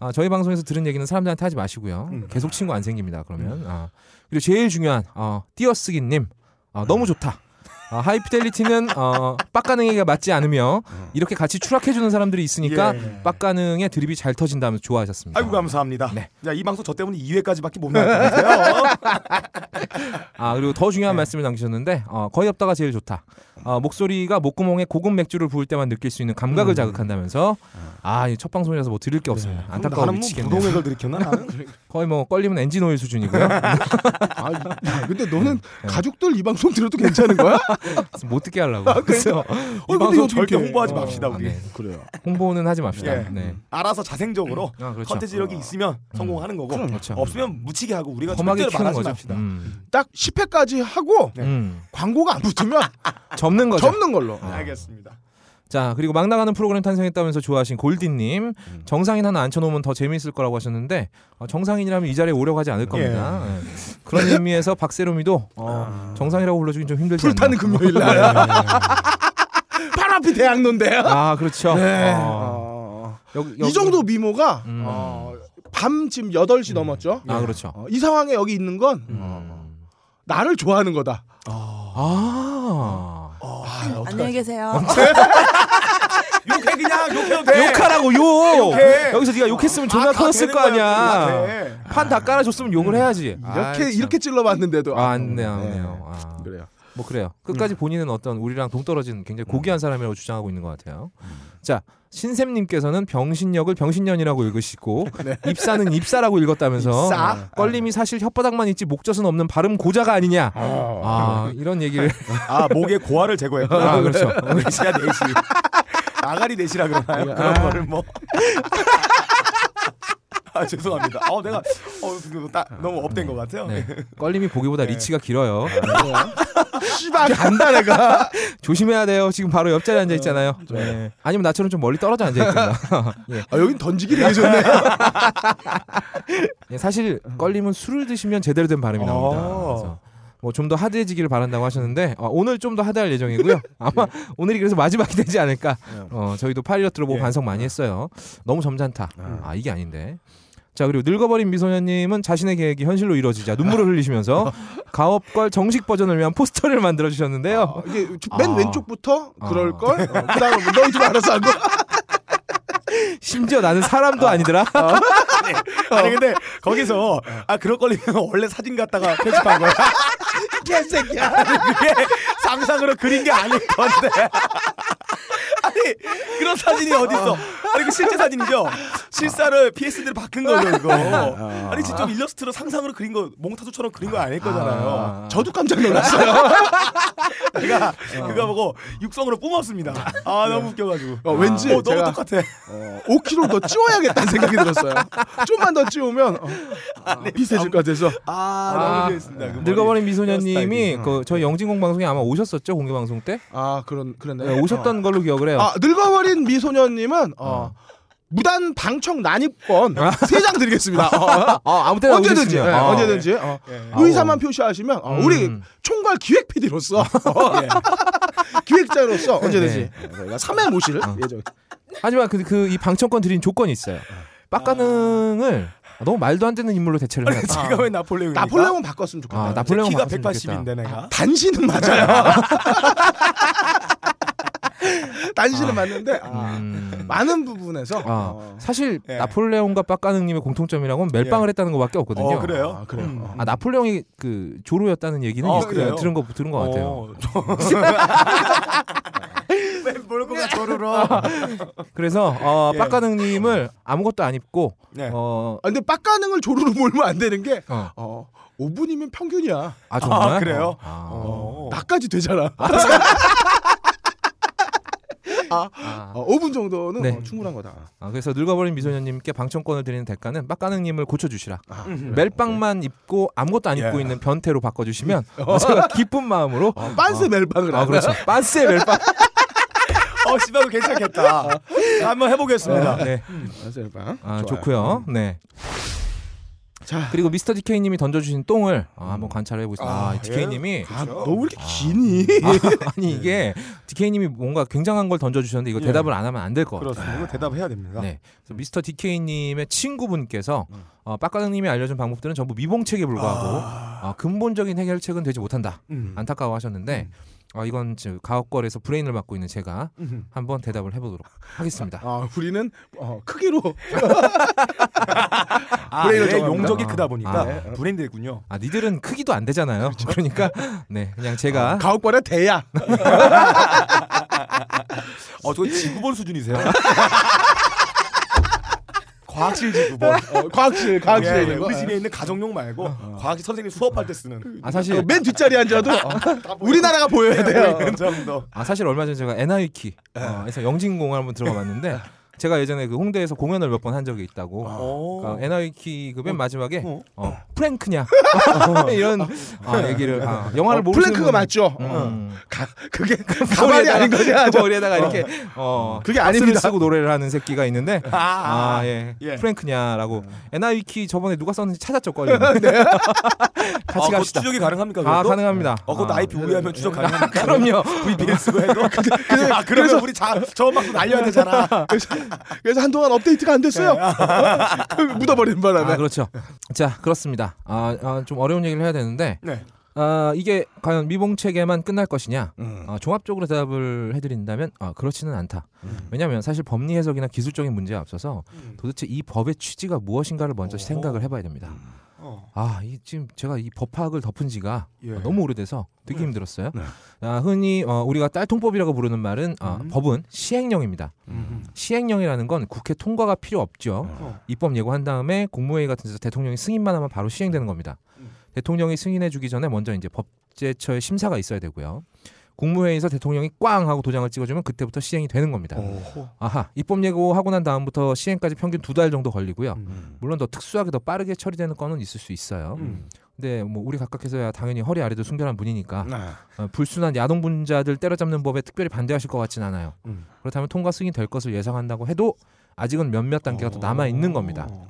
아, 저희 방송에서 들은 얘기는 사람들한테 하지 마시고요.
음.
계속 친구 안 생깁니다. 그러면 아. 그리고 제일 중요한 어, 띄어쓰기님 아, 너무 좋다. 아, 하이피델리티는 어, 빡가능이가 맞지 않으며 이렇게 같이 추락해주는 사람들이 있으니까
음. 예.
빡가능의 드립이 잘 터진다면서 좋아하셨습니다.
아이고 감사합니다.
네.
야, 이 방송 저 때문에 2회까지밖에 못 나왔어요.
아 그리고 더
네.
중요한 말씀을 남기셨는데 어, 거의 없다가 제일 좋다. 어, 목소리가 목구멍에 고급 맥주를 부을 때만 느낄 수 있는
음.
감각을 자극한다면서 아첫 방송이라서 뭐 드릴 게 없습니다. 안타까워
나는 뭐
미치겠네요.
부동액을 들이켰나? 나는?
거의 뭐 걸리면 엔진 오일 수준이고요.
아, 야, 근데 너는 가족들 이 방송 들어도 괜찮은 거야?
못 듣게 하려고.
아,
그래서
이
근데
방송
이거
절대
어떡해.
홍보하지
어.
맙시다 우리.
아, 네.
그래요.
홍보는 하지 맙시다.
예.
네.
알아서 자생적으로
아 그렇죠.
컨텐츠력이 있으면 성공하는 거고
그럼요.
그렇죠.
없으면 묻히게 하고 우리가
험하게
절대로
키우는
말하지
거죠.
맙시다.
음.
딱 10회까지 하고
네.
음.
광고가 안 붙으면
접는 거죠.
접는 걸로.
아.
알겠습니다.
자 그리고 막 나가는 프로그램 탄생했다면서 좋아하신 골디님
음.
정상인 하나 앉혀놓으면 더 재미있을 거라고 하셨는데 어, 정상인이라면 이 자리에 오려고 하지 않을 겁니다. 예. 그런 의미에서 박세롬이도 어, 정상이라고 불러주긴 좀 힘들지 않나.
아. 불타는 금요일 날. 바로 앞이 대학로인데요.
아 그렇죠.
네.
어,
어.
여기-
이
여기-
정도 미모가
음.
어, 밤 지금 8시 넘었죠.
아 그렇죠.
어, 이 상황에 여기 있는 건
음.
나를 좋아하는 거다.
아
아, 어떡하지?
안녕히 계세요.
욕해 그냥 욕해도
네.
돼.
욕하라고 욕.
욕해.
여기서 네가 욕했으면 존나
아, 다
터졌을
되는 거야,
거 아니야.
우리한테.
판 다 깔아줬으면 욕을 해야지.
음. 이렇게
아, 참.
이렇게 찔러봤는데도
아, 안 돼요, 안
네.
돼요. 아.
그래요.
뭐 그래요. 끝까지 본인은 어떤 우리랑 동떨어진 굉장히 고귀한 사람이라고 주장하고 있는 것 같아요. 자 신샘님께서는 병신역을 병신년이라고 읽으시고 입사는 입사라고 읽었다면서 어,
입사?
껄림이 사실 혓바닥만 있지 목젖은 없는 발음 고자가 아니냐. 아 이런 얘기를
아 목에 고화를 제거했구나.
아, 그렇죠.
내시야 내시. 아가리 내시라 그러나요? 그런 거를 뭐. 아 죄송합니다. 아 내가 어 그거 딱 너무 업된 것 같아요.
네. 껄림이 보기보다 리치가 길어요.
씨발 간다 내가.
조심해야 돼요. 지금 바로 옆자리에 앉아 있잖아요. 네. 아니면 나처럼 좀 멀리 떨어져 앉아 있거나. 예.
아, 여긴 던지기 되게 좋네.
예, 사실 껄림은 술을 드시면 제대로 된 발음이
아.
나옵니다. 뭐 좀 더 하드해지기를 바란다고 하셨는데 어, 오늘 좀 더 하드할 예정이고요. 아마 오늘이 그래서 마지막이 되지 않을까. 어, 저희도 파일럿 보고
예.
반성 많이 했어요. 너무 점잖다. 아 이게 아닌데. 자 그리고 늙어버린 미소녀님은 자신의 계획이 현실로 이루어지자 눈물을 흘리시면서 가업걸 정식 버전을 위한 포스터를 만들어 주셨는데요.
어, 이게 주- 맨
아.
왼쪽부터
아.
그럴 걸. 어, 그다음에 뭐, 너희 좀 알아서 한 거.
심지어 나는 사람도 아니더라.
아니 근데 거기서 아 그럴 걸리면 원래 사진 갖다가 편집한 거야.
개새끼야.
그게 상상으로 그린 게 아닐 건데. 아니 그런 사진이 어디 있어? 아니 그 실제 사진이죠. 실사를 PSD로 바꾼 거죠 이거. 아니 진짜 좀 일러스트로 상상으로 그린 거 몽타주처럼 그린 거 아닐 거잖아요.
아.
저도 깜짝 놀랐어요.
내가 그러니까 그거 보고 육성으로 뿜었습니다. 아 너무 웃겨가지고.
어, 왠지
어, 너무
제가-
똑같아.
5kg 어, 더 찌워야겠다는 생각이 들었어요. 좀만 더 찌우면 어,
네.
비슷해질 것 같아서.
아,
아,
너무 재밌습니다. 그 머리.
늙어버린
헤어스타일이.
미소녀님이 그 저희 영진공 방송에 아마 오셨었죠 공개 방송 때
아 그런 그랬네.
네, 오셨던 걸로 기억을 해요.
아 늙어버린 미소녀님은 어, 무단 방청 난입권 세 장 드리겠습니다. 어,
아, 아무 때나
언제든지
오셨으면.
예,
아.
언제든지 어,
예.
의사만 표시하시면 어,
음.
우리 총괄 기획 PD로서 어, 기획자로서 언제든지 저희가 3회 모실 예정.
하지만 그 그 이 방청권 드린 조건이 있어요. 빡가능을 너무 말도 안 되는 인물로 대체를 해놨다.
제가 왜 나폴레옹?
나폴레옹 바꿨으면 좋겠다.
아,
제
나폴레옹
키가
바꿨으면 좋겠다.
180인데 내가.
단신은 맞아요. 단신은 맞는데 아,
음.
많은 부분에서
아,
어,
사실
예.
나폴레옹과 빡가능님의 공통점이라고는 멜빵을 했다는 것밖에 없거든요.
어 그래요?
아, 그래요.
음.
아 나폴레옹이 그 조로였다는 얘기는
어,
있-
그래요?
들은 거 들은 거 같아요.
어, 저- 왜
네.
몰고가 네, 저러러?
어. 그래서 어,
예.
빡가능님을 아무것도 안 입고
네.
어,
아, 근데 빡가능을 조르르 몰면 안 되는 게
어.
어, 5분이면 평균이야.
아 정말
아, 그래요?
아.
어.
나까지 되잖아.
아.
어, 5분 정도는
네.
어, 충분한 거다.
아, 그래서 늙어버린 미소녀님께 방청권을 드리는 대가는 빡가능님을 고쳐주시라.
아,
멜빵만 입고 아무것도 안 입고
예.
있는 변태로 바꿔주시면 어, 제가 기쁜 마음으로
어, 빤스 멜빵을
아
하고
그렇죠 빤스의 멜빵
어, 씨발, 그거 괜찮겠다. 한번 해보겠습니다.
네.
빤스 멜빵.
아
좋아요.
좋고요 네
자,
그리고 미스터 디케이님이 던져주신 똥을 아, 한번 관찰해 보겠습니다. 아,
아,
디케이님이
아,
그렇죠.
너왜 이렇게
아.
기니?
아, 니
네.
이게 디케이님이 뭔가 굉장한 걸 던져주셨는데 이거
예.
대답을 안 하면 안 될 것 같아요.
그렇습니다. 이거 대답해야 됩니다.
네. 그래서 미스터 디케이님의 친구분께서
음.
어, 빡가능님이 알려준 방법들은 전부 미봉책에 불과하고
아,
아, 근본적인 해결책은 되지 못한다.
음.
안타까워하셨는데 어, 이건 지금 가옥걸에서 브레인을 맡고 있는 제가
음.
한번 대답을 해보도록 하겠습니다.
아, 우리는 어, 크기로
아, 브레인을
네,
용적이
아,
크다 보니까
아, 네.
브랜드군요.
아 니들은 크기도 안 되잖아요. 그러니까 네 그냥 제가
아, 가옥관의 대야.
어, 저 지구본 수준이세요? 과학실 지구본.
어, 과학실, 과학실에
예, 예,
있는 거.
우리 집에 있는 가정용
어,
말고 과학 선생님 수업할 때 쓰는
아
어,
사실
맨 뒷자리에 앉아도 어,
다 보여요.
우리나라가 보여야 돼요.
그 정도.
아 사실 얼마 전에 제가 NIK 어, 에서 영진공을 한번 들어가봤는데 제가 예전에 그 홍대에서 공연을 몇 번 한 적이 있다고
어.
그러니까 NIK 그맨 마지막에
어.
어, 프랭크냐 이런 아, 얘기를 아, 영화를
어,
모르시는
플랭크가 맞죠?
분-
어.
음.
가, 그게 가발이 아닌 거냐? 저-
머리에다가 이렇게 어,
그게
를
아닙니다.
쓰고 노래를 하는 새끼가 있는데
아, 아,
아 예
예.
프랭크냐라고 NIK 저번에 누가 썼는지 찾았죠 걸리 같이
어, 그거
갑시다
추적이 가능합니까?
아
그것도?
가능합니다
어, 그것도
아,
IP 우회하면 추적 가능합니까?
그럼요
VPN 쓰고 해도.
아,
야, 그러면 우리 자, 저음악도 날려야 되잖아.
그래서, 그래서 한동안 업데이트가 안 됐어요. 묻어버린 바람에.
아 그렇죠 자 그렇습니다 아 좀 어려운 얘기를 해야 되는데
네.
아 이게 과연 미봉책에만 끝날 것이냐?
음.
아, 종합적으로 대답을 해드린다면 아, 그렇지는 않다. 왜냐하면 사실 법리 해석이나 기술적인 문제에 앞서서 도대체 이 법의 취지가 무엇인가를 먼저
어허.
생각을 해봐야 됩니다.
어.
아, 이, 지금 제가 이 법학을 덮은 지가
예.
아, 너무 오래돼서 되게
네.
힘들었어요.
네.
아, 흔히 어, 우리가 딸통법이라고 부르는 말은 아,
음.
법은 시행령입니다.
음.
시행령이라는 건 국회 통과가 필요 없죠.
어.
입법 예고한 다음에 국무회의 같은 데서 대통령이 승인만 하면 바로 시행되는 겁니다.
음.
대통령이 승인해 주기 전에 먼저 이제 법제처의 심사가 있어야 되고요. 국무회의에서 대통령이 꽝 하고 도장을 찍어주면 그때부터 시행이 되는 겁니다.
어.
아하, 입법 예고하고 난 다음부터 시행까지 평균 두 달 정도 걸리고요.
음.
물론 더 특수하게 더 빠르게 처리되는 건은 있을 수 있어요.
음.
근데 뭐 우리 각각해서야 당연히 허리 아래도 순결한 분이니까
음.
아,
어, 불순한 야동분자들 때려잡는 법에 특별히 반대하실 것 같진 않아요.
음.
그렇다면 통과 승인 될 것을 예상한다고 해도 아직은 몇몇 단계가
어.
더 남아 있는 겁니다.
어.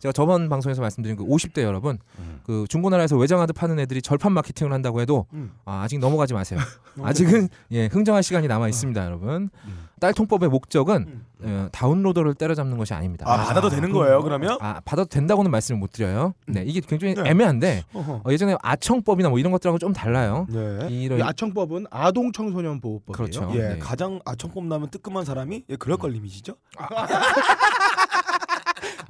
제가 저번 방송에서 말씀드린 그 50대 여러분
음.
그 중고나라에서 외장하드 파는 애들이 절판 마케팅을 한다고 해도
음.
아, 아직 넘어가지 마세요. 아직은 예, 흥정할 시간이 남아 있습니다, 여러분.
음.
딸통법의 목적은 어, 다운로더를 때려잡는 것이 아닙니다.
아, 받아도 되는 거예요, 그러면?
아, 받아도 된다고는 말씀을 못 드려요. 네, 이게 굉장히
어? 네.
애매한데
어허.
어, 예전에 아청법이나 뭐 이런 것들하고 좀 달라요.
네.
이런
이 아청법은 아동 청소년 보호법이에요.
그렇죠.
예,
네.
가장 아청법 나면 뜨끔한 사람이 예,
음.
그럴 걸림이시죠?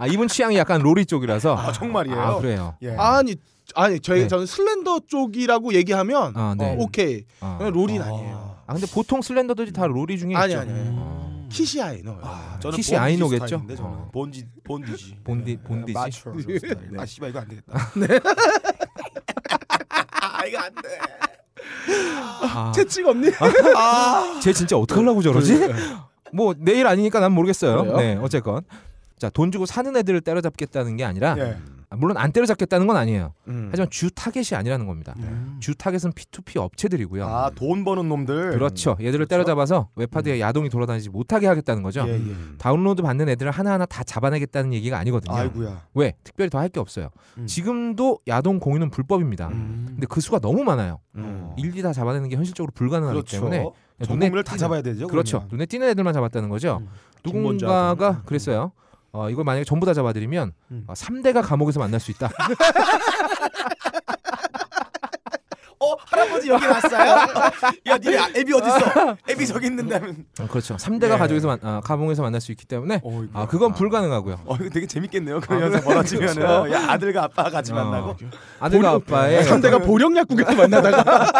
아 이분 취향이 약간 로리 쪽이라서
아, 정말이에요.
아, 그래요.
예.
아니 아니 저희
네.
저는 슬렌더 쪽이라고 얘기하면
아, 네.
어, 오케이
아.
롤이
아.
아니에요.
아 근데 보통 슬렌더들이 다 로리 중에
아니,
있죠.
아니, 아니.
어.
음.
키시아에 넣어요.
저는
키시
본디지
아이노겠죠?
스타일인데, 저는.
어.
본지 본디지.
본디- 본디지? 네.
맞춰.
네.
아 씨발 이거 안 되겠다. 아 이거 안 돼.
아,
채찍 없니?
아.
쟤 진짜 어떡하려고 저러지? 뭐 내일 아니니까 난 모르겠어요.
그래요?
네, 어쨌건 자 돈 주고 사는 애들을 때려잡겠다는 게 아니라
예.
아, 물론 안 때려잡겠다는 건 아니에요.
음.
하지만 주 타겟이 아니라는 겁니다.
음.
주 타겟은 P2P 업체들이고요.
아돈 버는 놈들.
그렇죠. 얘들을 때려잡아서 웹하드에 야동이 돌아다니지 못하게 하겠다는 거죠.
음. 예, 예.
다운로드 받는 애들을 하나하나 다 잡아내겠다는 얘기가 아니거든요.
아이구야.
왜? 특별히 더 할 게 없어요.
음.
지금도 야동 공유는 불법입니다.
음.
근데 그 수가 너무 많아요.
음.
일일이 다 잡아내는 게 현실적으로 불가능하기 때문에
그렇죠.
네, 눈에
전국민을 다
띄는-
잡아야 되죠.
그렇죠.
그러면.
눈에 띄는 애들만 잡았다는 거죠.
음.
누군가가 그랬어요. 어, 이걸 만약에 전부 다 잡아들이면
음.
어, 3대가 감옥에서 만날 수 있다.
어 할아버지 여기 왔어요. 야 니네 아- 애비 어디 있어? 애비 저기 있는다면.
어, 그렇죠. 3대가
예.
가족에서 만, 아, 감옥에서 만날 수 있기 때문에
어이구야.
아, 그건 아, 불가능하고요.
어 이거 되게 재밌겠네요. 그런 영상 벌어지면은
그렇죠.
야, 아들과 아빠가 같이
어.
만나고
아들과 아빠의
네. 상대가 보령약국에서 만나다가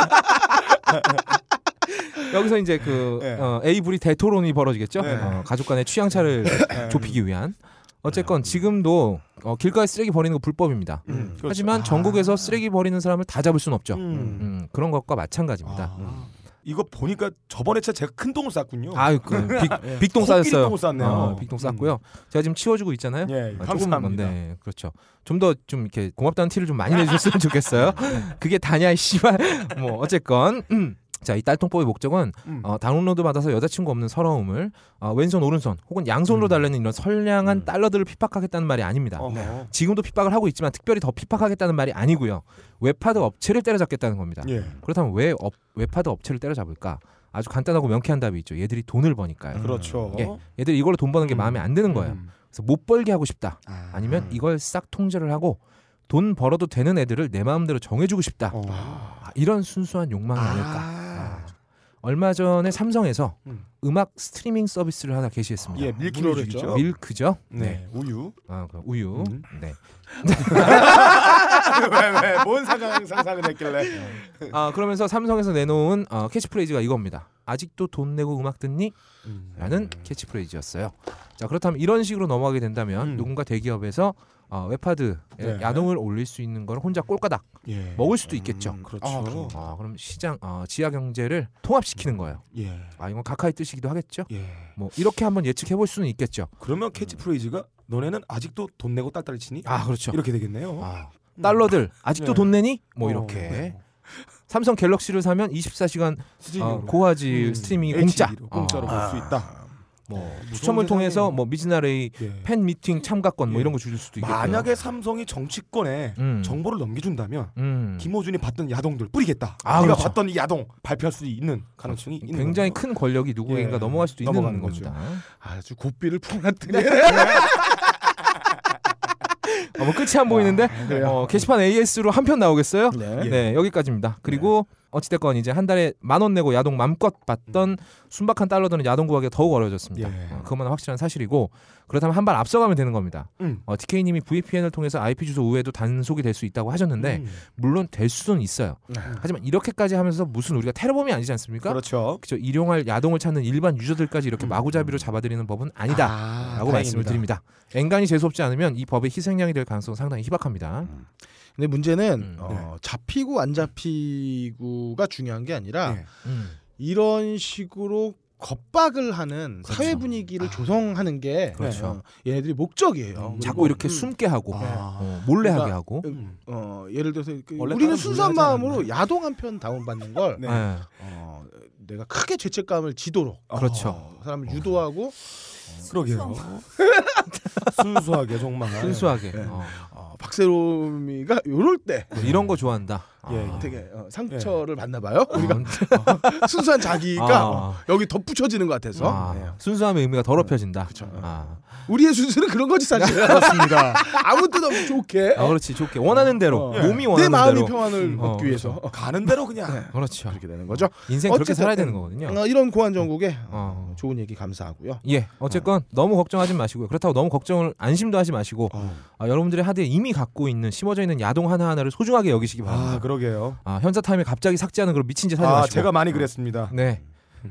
여기서 이제 그
네.
어, 에이블이 대토론이 벌어지겠죠.
네.
어, 가족 간의 취향 차를 네.
예.
좁히기 위한. 어쨌건 지금도 어, 길가에 쓰레기 버리는 거 불법입니다.
음, 그렇죠.
하지만
아.
전국에서 쓰레기 버리는 사람을 다 잡을 수는 없죠.
음.
음, 그런 것과 마찬가지입니다.
아, 이거 보니까 저번에 진짜 제가 큰 똥을 쌌군요. 예.
아유, 그 빅, 빅동
코끼리
싸였어요.
똥을 쌌네요. 음.
어, 빅동 쌌고요. 제가 지금 치워주고 있잖아요.
예,
아, 조금
감사합니다.
건데 그렇죠. 좀 더 좀
네.
이렇게 고맙다는 티를 좀 많이 내주셨으면 좋겠어요. 그게 다냐 이 씨발. 뭐 어쨌건 음. 자, 이 딸통법의 목적은
음.
어, 다운로드 받아서 여자친구 없는 서러움을 어, 왼손 오른손 혹은 양손으로
음.
달래는 이런 선량한
음.
달러들을 핍박하겠다는 말이 아닙니다.
어허.
지금도 핍박을 하고 있지만 특별히 더 핍박하겠다는 말이 아니고요. 웹하드 업체를 때려잡겠다는 겁니다.
예.
그렇다면 왜 업, 웹하드 업체를 때려잡을까? 아주 간단하고 명쾌한 답이 있죠. 얘들이 돈을 버니까요.
그렇죠.
예. 얘들이 이걸로 돈 버는 게
음.
마음에 안 드는 거예요.
음.
그래서 못 벌게 하고 싶다.
아.
아니면 이걸 싹 통제를 하고 돈 벌어도 되는 애들을 내 마음대로 정해주고 싶다.
어.
아, 이런 순수한 욕망이 아. 닐까
아.
얼마 전에 삼성에서
음.
음. 악 스트리밍 서비스를 하나 개시했습니다.
예, 밀키로 했죠.
아, 밀크죠?
네. 우유.
아, 그 우유.
음.
네.
왜왜뭔 상상 상상을 했길래?
아, 그러면서 삼성에서 내놓은 어, 캐치프레이즈가 이겁니다. 아직도 돈 내고 음악 듣니? 라는 캐치프레이즈였어요. 자 그렇다면 이런 식으로 넘어가게 된다면
음.
누군가 대기업에서 어, 웹하드에
네.
야동을 올릴 수 있는 걸 혼자 꼴까닥
예.
먹을 수도 있겠죠.
음, 그렇죠.
아, 그럼.
아, 그럼 시장 어, 지하 경제를 통합시키는 거예요.
예.
아 이건 각하의 뜻이기도 하겠죠.
예.
뭐 이렇게 한번 예측해 볼 수는 있겠죠.
그러면 캐치프레이즈가 너네는 아직도 돈 내고 딸딸이 치니?
음. 아 그렇죠.
이렇게 되겠네요.
아, 달러들 아직도
어? 네.
돈 내니?
어,
뭐 이렇게
네.
삼성 갤럭시를 사면 24시간 어,
수직으로.
고화질
음,
스트리밍이 공짜.
HD 로 공짜로 어,
아,
볼 수 있다.
뭐 추첨을 통해서 뭐 미즈나레이
예.
팬 미팅 참가권 뭐
예.
이런 거 줄 수도 있겠고.
만약에 삼성이 정치권에
음.
정보를 넘겨준다면
음.
김호준이 봤던 야동들 뿌리겠다.
아,
네가
그렇죠.
봤던 이 야동 발표할 수도 있는 가능성이 있는
굉장히
거죠.
큰 권력이 누구에게가
예,
넘어갈 수도 있는
넘어가는
겁니다.
아주 고삐를 풀어놨더니
네. 어, 뭐 끝이 안 보이는데
아,
어, 게시판 AS로 한 편 나오겠어요?
네.
네 여기까지입니다. 그리고
네.
어찌됐건 이제 한 달에 만 원 내고 야동 맘껏 봤던 순박한 달러들은 야동 구하기가 더욱 어려워졌습니다.
음. 예.
어, 그것만 확실한 사실이고 그렇다면 한 발 앞서가면 되는 겁니다.
음.
어, DK님이 VPN을 통해서 IP 주소 우회도 단속이 될 수 있다고 하셨는데
음. 네.
물론 될 수는 있어요. 하지만 이렇게까지 하면서 무슨 우리가 테러범이 아니지 않습니까?
그렇죠. 음.
그죠 일용할 야동을 찾는 일반 유저들까지 이렇게 마구잡이로 잡아들이는 법은 아니다.
아,
라고 말씀을 드립니다. 앵간히 재수 없지 않으면 이 법의 희생양이 될 가능성 은 상당히 희박합니다.
근데 문제는
음.
어, 잡히고 안 잡히고가 중요한 게 아니라
네.
음.
이런 식으로 겁박을 하는
그렇죠.
사회 분위기를
아.
조성하는 게
그렇죠.
네, 어, 얘네들이 목적이에요. 그리고
자꾸 이렇게
음,
숨게 하고
아.
어, 몰래
그러니까
하게 하고.
음.
어, 예를 들어서 그
원래
우리는
다른
순수한
분야는 하지
마음으로 야동 한 편 다운받는 걸
네.
예.
어, 내가 크게 죄책감을 지도록
그렇죠.
어, 사람을 유도하고
그러게요. 아, 순수하게 정말.
순수하게.
네.
어.
어, 박세롬이가 요럴 때
뭐 이런 거 좋아한다. 음,
예,
아.
되게 어, 상처를 받나 봐요. 우리가 그렇죠? 순수한
아,
자기가 어, 여기 덧붙여지는 것 같아서
아,
네. 그렇죠.
순수함의 의미가 더럽혀진다.
그쵸.
아.
우리의 순수는 그런 거지 사실. 그렇습니다. 아무 뜻 없이 좋게
아, 그렇지. 좋게 원하는 대로
어.
몸이
내
원하는
마음의
대로.
평안을
음,
얻기
어,
위해서
가는 대로 그냥.
그렇죠.
그렇게 되는 거죠.
인생 그렇게
어쨌든,
살아야 되는 거거든요.
어, 이런 고한 정국의
어.
어, 좋은 얘기 감사하고요.
예, 어쨌건 너무 걱정하지 마시고요. 그렇다고 너무 걱정을 안심도 하지 마시고
어.
아, 여러분들의 하드에 이미 갖고 있는 심어져 있는 야동 하나 하나를 소중하게 여기시기 바랍니다.
아 그러게요.
아, 현사 타임에 갑자기 삭제하는 그런 미친 짓 하지
아
마시고.
제가 많이 그랬습니다.
네.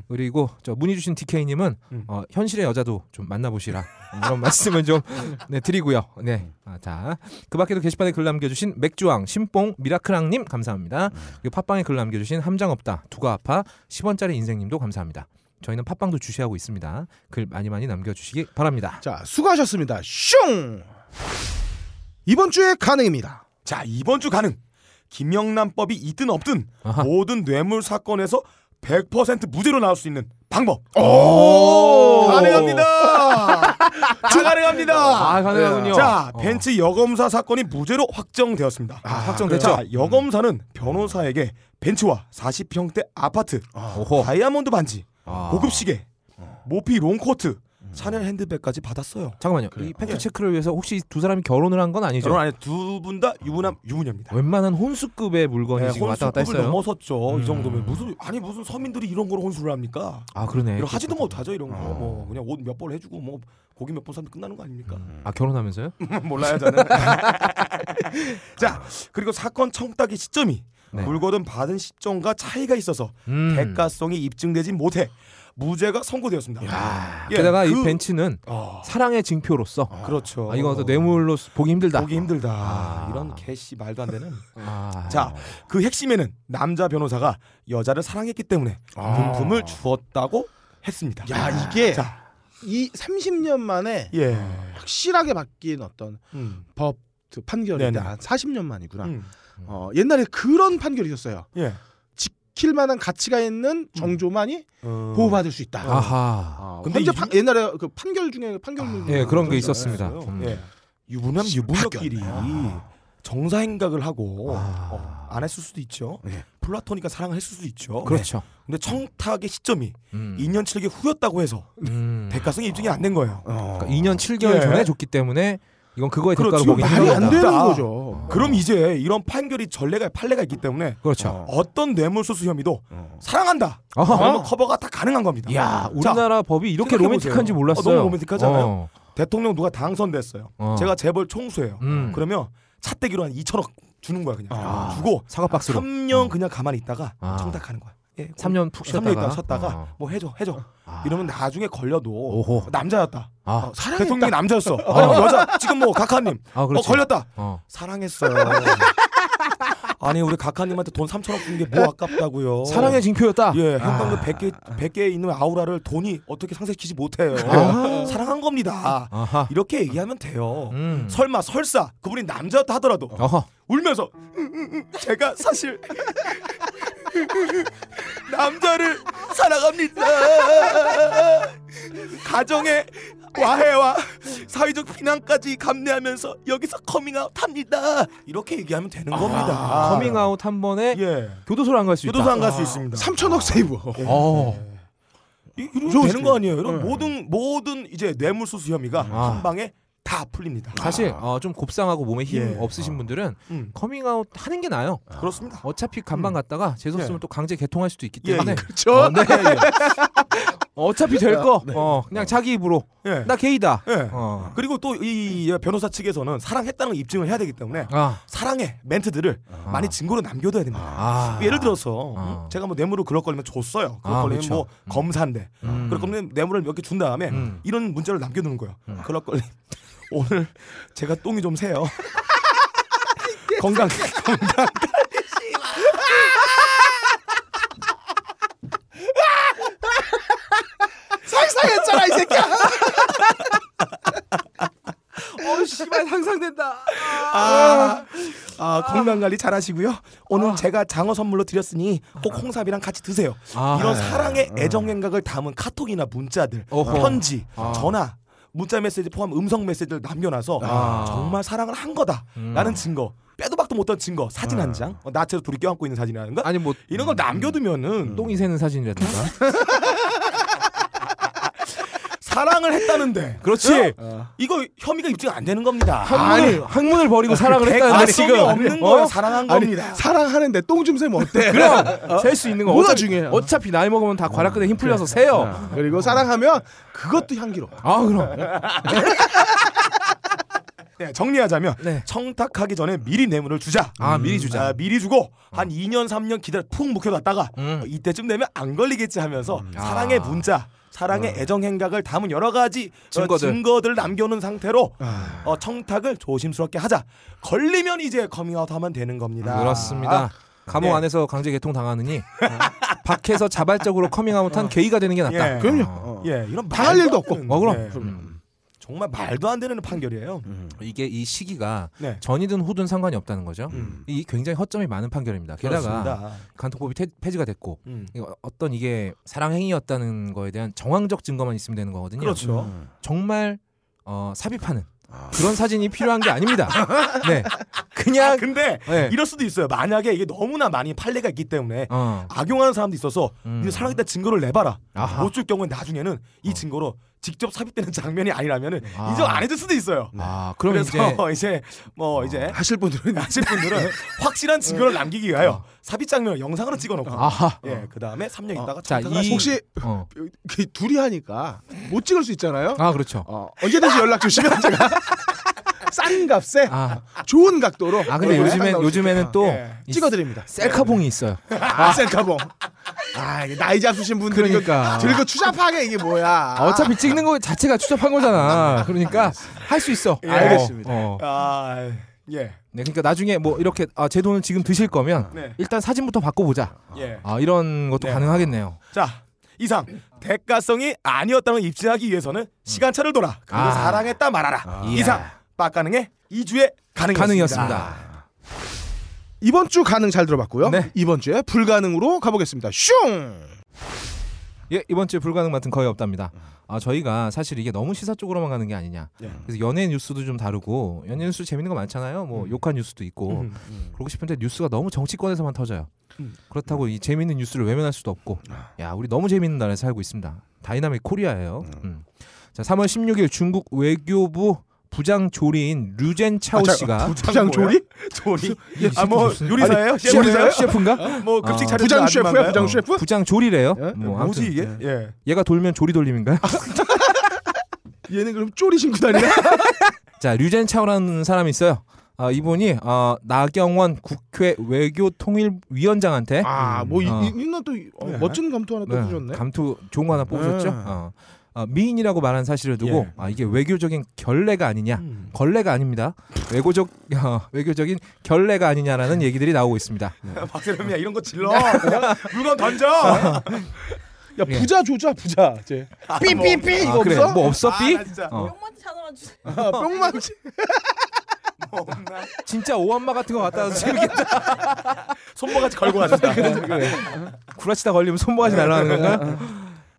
그리고 저 문의 주신 DK님은
음.
어, 현실의 여자도 좀 만나보시라 그런 말씀을 좀 네, 드리고요.
음.
네, 아, 자그 밖에도 게시판에 글 남겨주신 맥주왕, 신뽕, 미라클왕님 감사합니다.
음.
그리고 팟빵에 글 남겨주신 함장없다, 두가아파, 10원짜리 인생님도 감사합니다. 저희는 팟빵도 주시하고 있습니다. 글 많이 많이 남겨주시기 바랍니다.
자 수고하셨습니다. 슝 이번 주에 가능입니다.
자 이번 주 가능. 김영란법이 있든 없든
아하.
모든 뇌물 사건에서 100% 무죄로 나올 수 있는 방법.
오
가능합니다. 다 가능합니다.
아, 가능하군요.
자
어.
벤츠 여검사 사건이 무죄로 확정되었습니다.
아, 확정됐죠?
자, 여검사는 변호사에게 벤츠와 40평대 아파트,
오호.
다이아몬드 반지,
아. 어. 음.
고급 시계, 모피 롱코트, 샤넬 핸드백까지 받았어요. 예.
잠깐만요. 이 팩트 체크를 위해서 혹시 두 사람이 결혼을 한 건 아니죠?
결혼 안에 두 분 다 유부남 유부녀입니다.
웬만한 혼수급의 물건이
네,
지금 왔다 갔다
혼수급을
했어요.
넘어섰죠.
음.
이 정도면 무슨 아니 무슨 서민들이 이런 걸 혼수를 합니까?
아 그러네.
이런 하지도 못하죠 이런 거.
어.
뭐 그냥 옷 몇 벌 해주고 뭐 고기 몇 번 사면 끝나는 거 아닙니까?
아 결혼하면서요?
음, 몰라요 저는. 자 그리고 사건 청탁의 시점이
네.
물거든 받은 시점과 차이가 있어서
음.
대가성이 입증되지 못해 무죄가 선고되었습니다.
야.
예,
아, 게다가
그-
이 벤츠는
어,
사랑의 징표로서
그렇죠.
아, 이거 뇌물로 보기 힘들다.
보기 힘들다.
아.
이런 개씨 말도 안 되는.
아.
자, 그 핵심에는 남자 변호사가 여자를 사랑했기 때문에
아.
금품을 주었다고 했습니다. 아.
야 이게
자,
이 30년 만에
예.
확실하게 바뀐 어떤
음.
법그 판결이
네네.
한 40년 만이구나.
음.
어, 옛날에 그런 판결이 있었어요.
예.
지킬 만한 가치가 있는 정조만이
어.
보호받을 수 있다.
음. 아하.
아,
근데
현재
이-
파- 옛날에 그 판결 중에 판결 문
예, 그런 게 있었습니다.
있어요.
음.
예. 유부남 유부녀끼리
아.
정사 행각을 하고
아.
어, 안 했을 수도 있죠.
음.
예.
플라토니까 사랑을 했을 수도 있죠.
그렇죠.
네. 근데 청탁의 시점이
음.
2년 7개 후였다고 해서
음.
대가성이 입증이 안 된 거예요.
어.
그러니까 2년 7개월
예.
전에 줬기 때문에 이건 그거에
그렇죠.
대가로 보기
이거
말이 안
힘들다.
힘들다.
되는
아.
거죠.
그럼 이제 이런 판결이 전례가 판례가 있기 때문에
그렇죠.
어떤 뇌물수수 혐의도
어.
사랑한다.
어허.
그러면 커버가 다 가능한 겁니다. 자,
야, 우리나라 법이 이렇게
생각해보세요.
로맨틱한지 몰랐어요.
어, 너무 로맨틱하지 않아요?
어.
대통령 누가 당선됐어요.
어.
제가 재벌 총수예요.
음.
그러면 차떼기로 한 2천억 주는 거야 그냥.
아.
주고
사과 박스로
3년
어.
그냥 가만히 있다가
아.
청탁하는 거야. 예,
3년 푹
삼
쉬었다가
년 있다가 쉬었다가
어.
뭐 해줘 해줘.
아.
이러면 나중에 걸려도
오호.
남자였다. 어,
아,
대통령이 남자였어. 아니면 여자. 지금 뭐 각하님.
아
어
그렇지.
걸렸다.
어.
사랑했어요. 아니 우리 각하님한테 돈 3천억 준 게 뭐 아깝다고요.
사랑의 징표였다.
예, 형광등 100개 100개에 있는 아우라를 돈이 어떻게 상쇄시키지 못해요.
아.
사랑한 겁니다.
아하.
이렇게 얘기하면 돼요.
음.
설마 설사 그분이 남자였다 하더라도
어허.
울면서 "음, 음, 음, 제가 사실 남자를 사랑합니다. 가정의 와해와 사회적 비난까지 감내하면서 여기서 커밍아웃 합니다. 이렇게 얘기하면 되는 겁니다.
커밍아웃 한 번에
예.
교도소를 안 갈 아, 수 있다. 아.
교도소 안 갈 수 있습니다.
3천억 세이브.
어.
이- 이러면
그죠,
되는
그죠.
거 아니에요? 이런
네.
모든 모든 이제 뇌물수수 혐의가
예. 아.
한 방에 다 풀립니다.
사실 어, 좀 곱상하고 몸에 힘
예.
없으신 분들은
음,
커밍아웃 하는 게 아. 나아요. 음.
그렇습니다.
어차피 간만 갔다가 재수 없으면
예.
또 강제 개통할 수도 있기
예, 예.
때문에
그렇죠.
어, 네. 어차피 될 거. 어, 그냥 자기 입으로
예.
나 게이다.
예.
어.
그리고 또 이 변호사 측에서는 사랑했다는 걸 입증을 해야 되기 때문에
아.
사랑의 멘트들을
아.
많이 증거로 남겨둬야 됩니다.
아.
예를 들어서
아.
음, 제가 뭐 뇌물을 그럴 거면 줬어요. 그럴
아,
거면
그렇죠.
뭐
음.
검사인데
음.
그럴 거면 뇌물을 몇 개 준 다음에
음.
이런 문자를 남겨두는 거예요.
음.
그럴 거면 오늘 제가 똥이 좀 새요. 건강 건강
상상했잖아 이 새끼야.
어, 씨발 상상된다.
아, 아 건강 관리 잘하시고요. 오늘 제가 장어 선물로 드렸으니 꼭 홍삼이랑 같이 드세요.
아.
이런 사랑의 애정 행각을 담은 카톡이나 문자들,
어허.
편지,
아.
전화, 문자 메시지 포함 음성 메시지를 남겨놔서
아.
정말 사랑을 한 거다라는
음. 네.
증거, 빼도 박도 못한 증거, 사진 한 장, 어, 나체로 둘이 껴안고 있는 사진이라든가
아니 음. 뭐
이런 걸 남겨두면은 또
똥이 새는 사진이라든가.
사랑을 했다는데
그렇지. 아.
이거 혐의가 입증 안 되는 겁니다.
아니, 그 학문을 버리고 사랑을 했다는데
객관성이
지금 어?
없는 거예요. 사랑한
아니
겁니다.
사랑하는데 똥 좀 세면 어때?
그럼 셀 수 있는 거
뭐가
어차피-
중요해요?
어차피 나이 먹으면 다 과락근에 힘 풀려서 세요.
아, 그리고 사랑하면 그것도 향기로.
아 그럼.
네, 정리하자면
네.
청탁하기 전에 미리 뇌물을 주자.
아, 미리 주자.
아, 미리 주고 한 2년 3년 기다려 푹 묵혀놨다가
음.
어, 이때쯤 되면 안 걸리겠지 하면서
아. 음.
사랑의 문자. 사랑의 애정 행각을 담은 여러 가지
증거들.
어,
음.
증거들을 남겨놓은 상태로
아.
어, 청탁을 조심스럽게 하자. 걸리면 이제 커밍아웃하면 되는 겁니다.
그렇습니다. 아, 감옥
예.
안에서 강제 개통 당하느니 밖에서 자발적으로 커밍아웃한 게이가 되는 게 낫다.
예.
그럼요.
어.
어.
예, 이런
당할
말도
일도
안
없고.
되는,
어, 그럼.
예,
음.
정말 말도 안 되는 판결이에요.
음.
이게 이 시기가
네.
전이든 후든 상관이 없다는 거죠.
음.
이 굉장히 허점이 많은 판결입니다. 게다가
그렇습니다.
간통법이 퇴- 폐지가 됐고
음.
이거 어떤 이게 사랑 행위였다는 거에 대한 정황적 증거만 있으면 되는 거거든요.
어?
그렇죠.
음. 정말 어, 삽입하는 그런 사진이 필요한 게 아닙니다. 네,
아,
그냥
근데
네.
이럴 수도 있어요. 만약에 이게 너무나 많이 판례가 있기 때문에
어.
악용하는 사람도 있어서
음.
이제 사랑했다 증거를 내봐라.
아하.
못 줄 경우에 나중에는 이 증거로 직접 삽입되는 장면이 아니라면은
아.
인정 안 해줄 수도 있어요.
아, 그럼
네. 그래서
이제
이제, 뭐 이제
하실 분들은
하실 분들은 확실한 증거를 남기기 위하여 삽입 장면을 영상으로 찍어놓고
아하.
예, 그 다음에 3년 있다가
자,
청탁을
이-
하시-
혹시
어.
그 둘이 하니까 못 찍을 수 있잖아요.
아 그렇죠.
어, 언제든지 연락 주시면 제가 싼 값에
아,
좋은 각도로. 네,
아 근데 요즘엔
상담을
요즘에는 또
예.
이
찍어드립니다.
셀카봉이 있어요.
아, 셀카봉. 아 이게 나이 잡수신 분들 이거
그러니까.
들고 추잡하게 이게 뭐야?
아, 어차피 찍는 거 자체가 추잡한 거잖아. 그러니까 할 수 있어.
예.
어,
알겠습니다.
어.
아, 예,
네, 그러니까 나중에 뭐 이렇게 아, 제 돈을 지금 드실 거면
네.
일단 사진부터 바꿔보자.
예.
아, 이런 것도
네.
가능하겠네요.
자 이상 대가성이 아니었다는 걸 입증하기 위해서는 시간차를 돌아 그리고
아.
사랑했다 말아라 이상 빡가능의 2주에 가능이었습니다.
가능이었습니다.
이번 주 가능 잘 들어봤고요.
네.
이번 주에 불가능으로 가보겠습니다. 슝!
예, 이번 주에 불가능 같은 거의 없답니다. 아, 저희가 사실 이게 너무 시사 쪽으로만 가는 게 아니냐.
예.
그래서 연예 뉴스도 좀 다루고 연예 뉴스 재밌는 거 많잖아요. 뭐 욕한 뉴스도 있고.
음, 음.
그러고 싶은데 뉴스가 너무 정치권에서만 터져요.
음.
그렇다고 이 재밌는 뉴스를 외면할 수도 없고. 야, 우리 너무 재밌는 나라에 살고 있습니다. 다이나믹 코리아예요. 음. 자, 3월 16일 중국 외교부 부장 조리인 류젠 차오
아, 자,
씨가
부장 조리?
조리?
이 새끼
아 뭐
무슨-
요리사예요?
아니, 셰프인가요?
셰프인가요?
셰프인가?
뭐 급식
아.
차려
부장 셰프야, 부장 셰프?
부장 조리래요.
예?
뭐
뭐지
아무튼
이게? 예.
얘가 돌면 조리 돌림인가요?
얘는 그럼 쪼리 신고 다니나?
자 류젠 차오라는 사람이 있어요. 아 이분이 어, 나경원 국회 외교통일위원장한테
아, 뭐 이-
어.
이- 이건 또 어,
네.
멋진 감투 하나 또
네,
주셨네.
감투 좋은 거 하나 뽑으셨죠.
네.
어, 어, 미인이라고 말한 사실을 두고
예.
아, 이게 외교적인 결례가 아니냐.
음.
걸레가 아닙니다. 외고적 어, 외교적인 결례가 아니냐라는 얘기들이 나오고 있습니다.
박세롬이야 이런 거 질러. 그냥 물건 던져.
야,
예.
부자 조자 부자. 제. 삐삐삐 이거
아, 아, 그래
없어?
뭐 없어
아, 뭐.
삐?
나 진짜
어.
형만지 하나만 주세요.
아, 뿅망치.
뭐 없나?
진짜 오한마 같은 거 갖다 와서 재밌겠다.
손모같이 걸고 가셨다.
구라치다 걸리면 손모가지 날라가는 건가?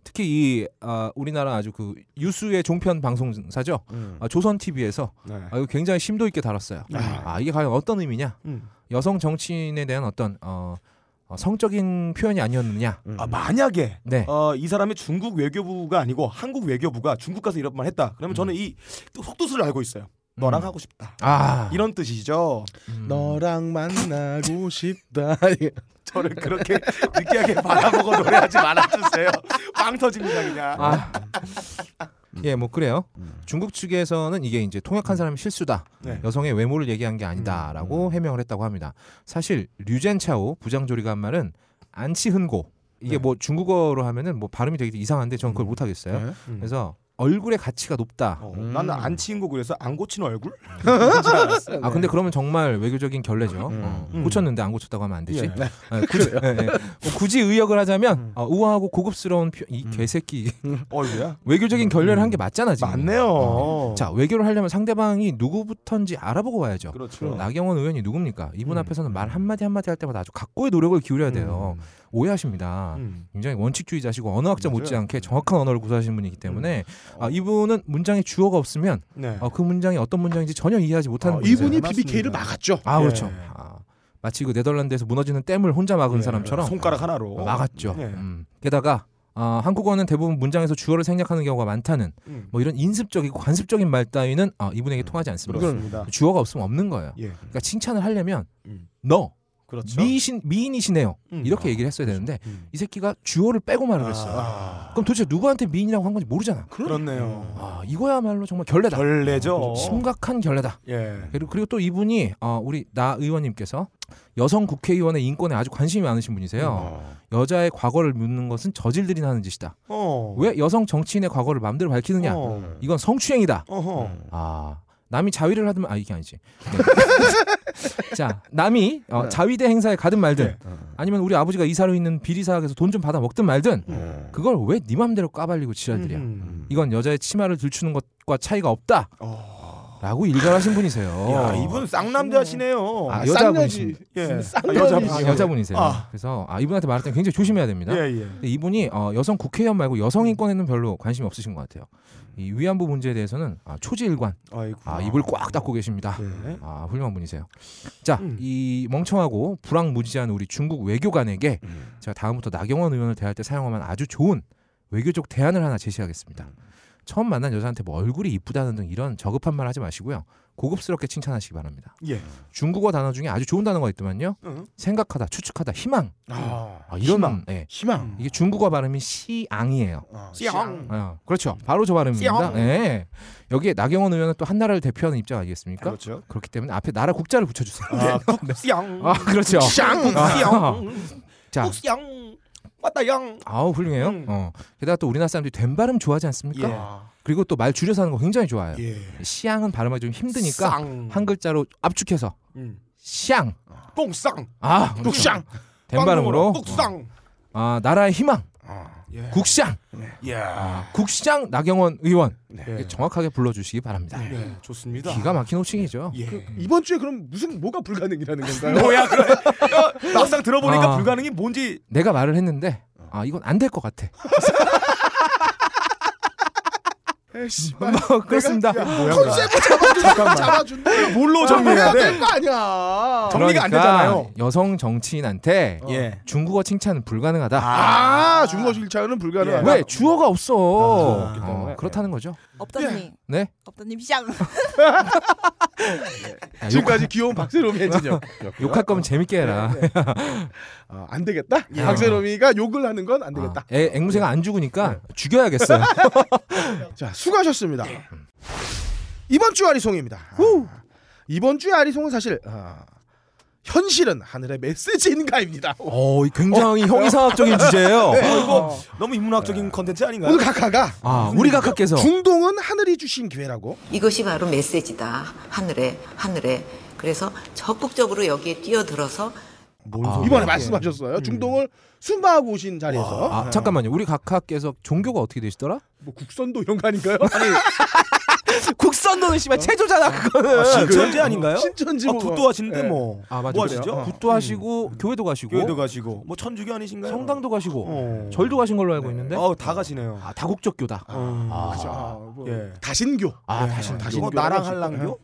특히 이 아, 우리나라 아주 그 유수의 종편 방송사죠.
음.
아, 조선 TV에서
네.
아, 이거 굉장히 심도 있게 다뤘어요. 아 이게 과연 어떤 의미냐?
음.
여성 정치인에 대한 어떤 어, 어, 성적인 표현이 아니었느냐?
아 만약에
네.
어, 이 사람이 중국 외교부가 아니고 한국 외교부가 중국 가서 이런 말 했다. 그러면 저는 이 속도수를 알고 있어요. 너랑
음.
하고 싶다.
아
이런 뜻이죠.
음.
너랑 만나고 싶다.
저를 그렇게 느끼하게 바라보고 노래하지 말아주세요. 빵 터집니다 그냥.
아. 예, 뭐 그래요.
음.
중국 측에서는 이게 이제 통역한 사람이 실수다.
네.
여성의 외모를 얘기한 게
음.
아니다라고 해명을 했다고 합니다. 사실 류젠차오 부장조리가 한 말은 안치흔고 이게
네.
뭐 중국어로 하면은 뭐 발음이 되게 이상한데 저는 그걸 못 하겠어요.
네?
음.
그래서 얼굴의 가치가 높다.
어,
음.
나는 안 치인 거 그래서 안 고친 얼굴?
아 근데 그러면 정말 외교적인 결례죠.
음.
어,
네. 음.
고쳤는데 안 고쳤다고 하면 안 되지.
예.
예, 굳이, 예, 예. 뭐 굳이 의역을 하자면
음.
어, 우아하고 고급스러운 표, 이 개새끼
어이구야.
외교적인 결례를 한 게 맞잖아 지금.
음. 맞네요.
어. 자 외교를 하려면 상대방이 누구부터인지 알아보고 와야죠.
그렇죠.
나경원 의원이 누굽니까? 이분
음.
앞에서는 말 한마디 한마디 할 때마다 아주 각고의 노력을 기울여야 돼요. 오해하십니다.
음.
굉장히 원칙주의자시고 언어학자
맞아요. 음. 어.
못지않게 정확한 언어를 구사하시는 분이기 때문에 아, 이분은 문장에 주어가 없으면
네.
어, 그 문장이 어떤 문장인지 전혀 이해하지 못하는
어,
분이세요.
이분이
맞습니다.
BBK를 막았죠.
아
예.
그렇죠. 아, 마치 그 네덜란드에서 무너지는 댐을 혼자 막은
예.
사람처럼
네. 손가락 하나로
막았죠.
예.
음. 게다가 아, 한국어는 대부분 문장에서 주어를 생략하는 경우가 많다는
음.
뭐 이런 인습적이고 관습적인 말 따위는 아, 이분에게 통하지 않습니다.
그렇습니다.
주어가 없으면 없는 거예요.
예.
그러니까 칭찬을 하려면
음.
너
그렇죠.
미신 미인이시네요.
음.
이렇게 얘기를 했어야 되는데
음.
이 새끼가 주어를 빼고 말을 했어요.
아.
그럼 도대체 누구한테 미인이라고 한 건지 모르잖아.
그렇네요.
아, 이거야말로 정말 결례다. 어,
결례죠. 어.
심각한 결례다.
예.
그리고, 그리고 또 이분이 어, 우리 나 의원님께서 여성 국회의원의 인권에 아주 관심이 많으신
음.
음.
분이세요. 여자의 과거를 묻는 것은 저질들이 하는 짓이다.
어.
왜 여성 정치인의 과거를 마음대로 밝히느냐?
어.
이건 성추행이다.
어허.
음.
아 남이 자위를 하든 아 이게 아니지. 네. 자 남이 어,
네.
자위대 행사에 가든 말든
어.
아니면 우리 아버지가 이사로 있는 비리사학에서 돈 좀 받아 먹든 말든
음.
그걸 왜 네 맘대로 까발리고 지랄들이야.
음.
이건 여자의 치마를 들추는 것과 차이가 없다. 라고 일갈하신 분이세요.
어. 야, 이분 쌍남자시네요.
음. 어. 아,
아,
여자분이신.
예.
쌍년이-
아,
아,
여자분.
여자분이세요.
아.
그래서 아 이분한테 말할 때 굉장히 조심해야 됩니다.
예, 예.
근데 이분이 어, 여성 국회의원 말고 여성 인권에는 별로 관심이 없으신 것 같아요. 이 위안부 문제에 대해서는 아, 초지일관,
아이고.
아, 입을 꽉 닫고 계십니다.
예.
아 훌륭한 분이세요. 자,
음.
이 멍청하고 불황무지한 우리 중국 외교관에게 제가 다음부터 나경원 의원을 대할 때 사용하면 아주 좋은 외교적 대안을 하나 제시하겠습니다. 처음 만난 여자한테 뭐 얼굴이 이쁘다는 등 이런 저급한 말 하지 마시고요. 고급스럽게 칭찬하시기 바랍니다.
예.
중국어 단어 중에 아주 좋은 단어가 있더만요.
응.
생각하다, 추측하다, 희망.
아,
아, 이런
희망.
예.
희망.
이게 중국어 발음이 시앙이에요.
아,
씨앙.
어, 그렇죠. 바로 저 발음입니다.
시앙.
예. 여기에 나경원 의원은 또 한 나라를 대표하는 입장 아니겠습니까?
그렇죠.
그렇기 때문에 앞에 나라 국자를 붙여주세요.
아, 쌍.
아 그렇죠.
쌍.
아, 자,
쌍. 왔다 양.
아우 훌륭해요.
음. 예.
어. 게다가 또 우리나라 사람들이 된 발음 좋아하지 않습니까? 그리고 또 말 줄여서 하는 거 굉장히 좋아해요.
예.
시앙은 발음하기 좀 힘드니까
쌍.
한 글자로 압축해서
음.
샹.
똥쌍.
아, 그렇죠.
뚝쌍.
된 발음으로.
뚝쌍.
아, 나라의 희망.
아.
네.
예.
국시장 아, 국시장 나경원 의원
예.
정확하게 불러주시기 바랍니다.
예, 좋습니다.
기가 막힌 호칭이죠.
예.
그 이번 주에 그럼 무슨 뭐가 불가능이라는 건가요?
뭐야 그래? 어, 막상 들어보니까
아.
불가능이 뭔지
내가 말을 했는데 아 이건 안 될 것 같아.
에이씨,
뭐, 그렇습니다.
뭐야,
컨셉을 잡아준, 잡아준대.
뭘로
해야
정리해야 돼?
될거 아니야.
정- 정리가 안 되잖아요.
그러니까 여성 정치인한테
어.
예.
중국어 칭찬은 불가능하다.
아, 중국어 실차는 불가능.
예. 왜 주어가 없어?
없기 때문에.
어, 그렇다는 거죠.
예.
업다님,
네.
업다님 시장.
야,
지금까지 귀여운 박세롬이 엔지니어.
아, 욕, 할 거면 재밌게 해라.
아, 안 되겠다.
예.
박세롬이가 욕을 하는 건 안 되겠다.
아, 애, 앵무새가 안 죽으니까 죽여야겠어요. 아.
자, 수고하셨습니다.
예.
이번 주 아리송입니다. 아, 이번 주 아리송은 사실 아, 현실은 하늘의 메시지인가입니다.
어, 굉장히 형이상학적인 주제예요.
네. 어,
어.
이거 너무
예.
인문학적인 컨텐츠 아닌가요?
오늘 가카가
아, 우리 각하께서
중동은 하늘이 주신 기회라고
이것이 바로 메시지다. 하늘에, 하늘에. 그래서 적극적으로 여기에 뛰어들어서
아,
뭔
아, 이번에 말씀하셨어요. 중동을 순방하고 오신 자리에서
예. 음. 아, 잠깐만요. 우리 각하께서 종교가 어떻게 되시더라?
뭐 국선도 이런 거 아닌가요?
국선도는 씨발 체조잖아, 그거는.
아, 신천지 아닌가요?
신천지
아,
뭐-
국도 하시는데
예.
뭐.
아, 맞아.
뭐
그래요.
하시죠?
굿도 하시고 교회도 가시고
교회도 가시고 뭐 천주교 아니신가요?
성당도 가시고
어.
절도 가신 걸로 알고 있는데.
아우 다 가시네요.
아, 다국적 교다.
어.
아.
그죠. 아, 뭐
예.
다신교.
아, 다신
예.
다신
이거
이거
나랑 한랑교?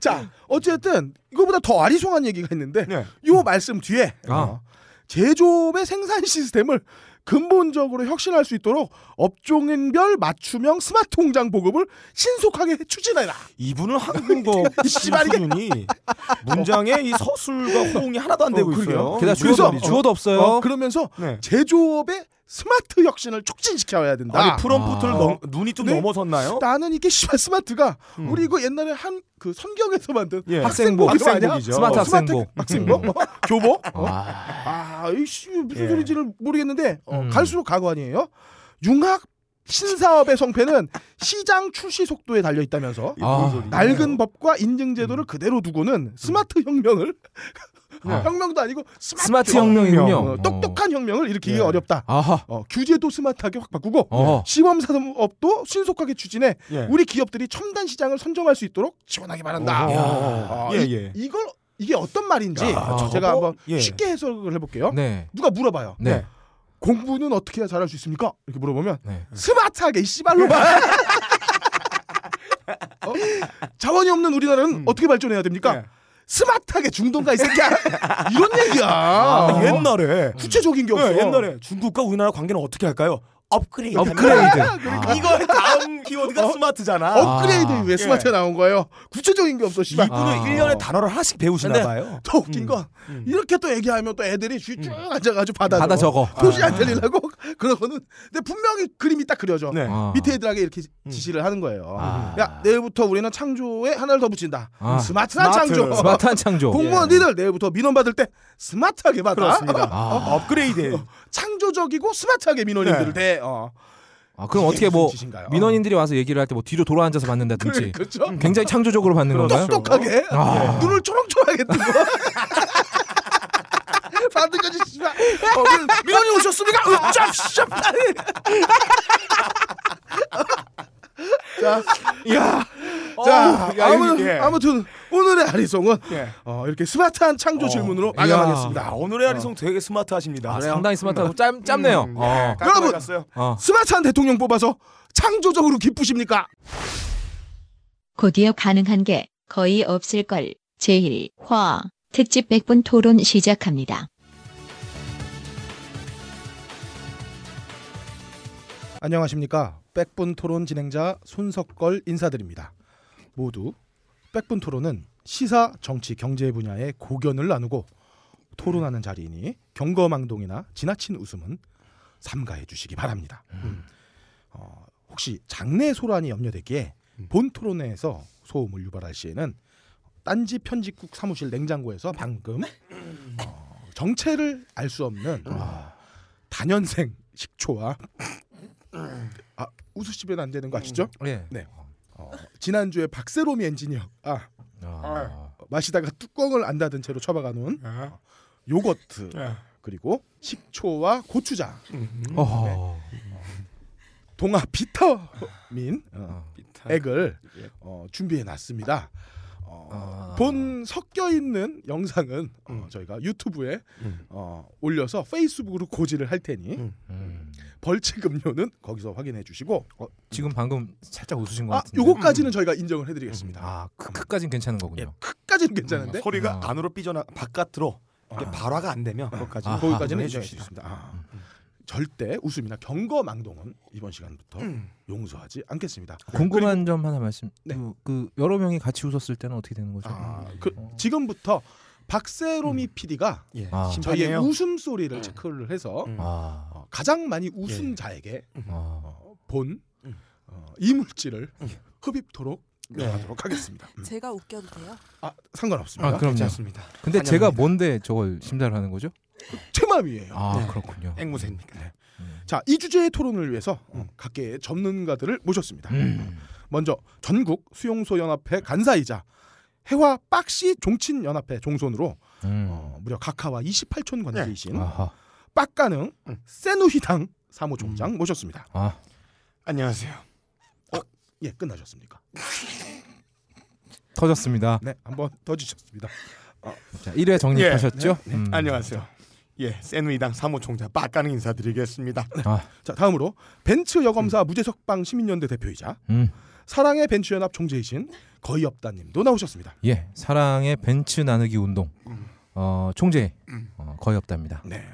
자, 어쨌든 이거보다 더 아리송한 얘기가 있는데
네.
요 말씀 뒤에
아.
어, 제조업의 생산 시스템을 근본적으로 혁신할 수 있도록 업종별 맞춤형 스마트 통장 보급을 신속하게 추진해라.
이분은 한국어
씨발, 이게-
수준이 문장에 이 서술과 호응이 하나도 안 되고
어, 그러게요.
있어요.
게다가
그래서-
주어도, 없- 주어도 없어요.
어, 그러면서
네.
제조업의 스마트 혁신을 촉진시켜야 된다.
아니 프롬프트를
아.
넘- 눈이 좀
네?
넘어섰나요?
나는 이게 씨발 스마트가
음.
우리 이거 옛날에 한 그 성경에서 만든
예.
학생복,
학생복 아니야?
학생복이죠.
스마트
어, 스마트
학생복. 음.
학생복? 어? 교복? 어?
아,
아, 이씨 무슨
예.
소리지를 모르겠는데 어,
음.
갈수록 가고 아니에요? 융합 신사업의 성패는 시장 출시 속도에 달려 있다면서
이게 무슨
아.
소리예요?
낡은 법과 인증 제도를 그대로 두고는 스마트 혁명을
아.
혁명도 아니고 스마트,
스마트 혁명이군요.
어, 똑똑한 혁명을 일으키기
예.
어렵다.
아하.
어, 규제도 스마트하게 확 바꾸고
어.
시범 사업도 신속하게 추진해
예.
우리 기업들이 첨단 시장을 선정할 수 있도록 지원하기 바란다.
야.
아,
예,
이-
예.
이걸 이게 어떤 말인지
야, 저거?
제가 한번
예.
쉽게 해석을 해볼게요.
네.
누가 물어봐요.
네.
네.
공부는 어떻게 해야 잘할 수 있습니까? 이렇게 물어보면
네.
스마트하게 이 씨발로만 어? 자원이 없는 우리나라는
음.
어떻게 발전해야 됩니까?
예.
스마트하게 중동가 이 새끼야 이런 얘기야
아,
어?
옛날에
구체적인 게 없어
예, 옛날에 중국과 우리나라 관계는 어떻게 할까요? 업그레이드.
업그레이드.
아. 이거의 다음
어?
키워드가 스마트잖아.
그러니까 업그레이드에
아.
의해 스마트가 나온 거예요 구체적인 게 없어 씨발
이분은
아.
1년에 단어를 하나씩 배우시나
네.
근데-
봐요.
더 웃긴
음.
건
음.
이렇게 또 얘기하면 또 애들이 쭉 앉아가지고 받아
받아 적어.
도시 안 들리려고 그러고는 근데 분명히 그림이 딱 그려져
네.
아.
밑에 애들에게 이렇게 지- 지시를 하는 거예요.
아.
야 내일부터 우리는 창조에 하나를 더 붙인다.
아.
스마트한
스마트.
창조.
스마트한 창조. 예.
공무원 니들 내일부터 민원 받을 때 스마트하게 받아.
그렇습니다.
아.
업그레이드.
창조적이고 스마트하게
네.
민원인들을 대. 어.
아, 그럼
이게
어떻게 뭐
무슨 짓인가요?
민원인들이 와서 얘기를 할 때 뭐 뒤로 돌아 앉아서
그래,
받는다든지
그렇죠.
굉장히 창조적으로 받는 건가요?
똑똑하게 예.
아.
눈을 초롱초롱하게 뜨고. 받은 거지 씨발. 어, 민- 민원이 오셨습니까? 으짭짭. 자, 야. 자,
야,
아무,
여기, 예.
아무튼 오늘의 아리송은
예.
어, 이렇게 스마트한 창조
어,
질문으로
이야.
마감하겠습니다.
야, 오늘의 어. 아리송 되게 스마트하십니다.
아, 상당히 스마트하고 짧, 짧네요. 어.
깔끔하게
여러분!
갔어요.
어.
스마트한 대통령 뽑아서 창조적으로 기쁘십니까?
곧이어 가능한 게 거의 없을걸. 제1화 특집 100분 토론 시작합니다.
안녕하십니까. 백분 토론 진행자 손석걸 인사드립니다. 모두 백분 토론은 시사, 정치, 경제 분야의 고견을 나누고 토론하는 자리이니 경거망동이나 지나친 웃음은 삼가해 주시기 바랍니다. 음. 어, 혹시 장내 소란이 염려되기에 본 토론회에서 소음을 유발할 시에는 딴지 편집국 사무실 냉장고에서 방금 어, 정체를 알 수 없는 어, 단연생 식초와 아 웃으시면 안 되는 거 아시죠?
예.
어, 지난주에 박세롬이 엔지니어 아
아.
마시다가 뚜껑을 안 닫은 채로 처박아 놓은 어, 요거트
예.
그리고 식초와 고추장,
어허.
동아 비타민 어, 액을
예.
어, 준비해 놨습니다. 어,
아.
본 섞여 있는 영상은 어,
음.
저희가 유튜브에
음.
어, 올려서 페이스북으로 고지를 할 테니
음.
음.
벌칙 음료는 거기서 확인해 주시고
지금 방금 살짝 웃으신 것
아
같은데.
요거까지는 예, 저희가 인정을 해드리겠습니다.
아, 크크까지는 괜찮은 거군요.
끝까지는 괜찮은데
소리가
아.
안으로 삐져나 바깥으로 이렇게 발화가 안 되면 그것까지
아.
거기까지는
아,
인정해 주겠습니다. 아, 절대 웃음이나 경거망동은 이번 시간부터 용서하지 않겠습니다.
궁금한 점 하나 말씀.
네.
그, 그 여러 명이 같이 웃었을 때는 어떻게 되는 거죠?
아, 그
어.
지금부터 박세롬이 PD가
예.
아.
저희의
심판이에요.
웃음 소리를 체크를 해서
음.
아,
어, 가장 많이 웃은 자에게
아.
어, 본
음.
어, 이물질을 흡입토록 하도록 하겠습니다. 음.
제가 웃겨도 돼요?
아 상관없습니다.
아, 그럼요.
괜찮습니다.
근데
환영합니다.
제가 뭔데 저걸 심사를 하는 거죠?
제 마음이에요.
아,
네.
그렇군요.
앵무새입니까?
네. 음.
자 이 주제의 토론을 위해서 어, 각계의 전문가들을 모셨습니다.
음.
먼저 전국 수용소 연합회 간사이자 해화 빡시 종친 연합회 종손으로
음. 네.
어, 음. 무려 각하와 28촌 관계이신
아하.
빡가능
음.
세누희당 사무총장 모셨습니다.
아,
안녕하세요.
예 끝나셨습니까?
터졌습니다.
네 한번 더 주셨습니다.
자, 1회
예.
정립하셨죠?
네.
아,
음.
안녕하세요. 예, 새누리당 사무총장 빡가는 인사드리겠습니다.
네.
아,
자 다음으로 벤츠 여검사 무재석방 시민연대 대표이자
음.
사랑의 벤츠 연합 총재이신 거의 없다님도 나오셨습니다.
예, 사랑의 벤츠 나누기 운동
음.
어, 총재 어, 거의 없답니다.
네.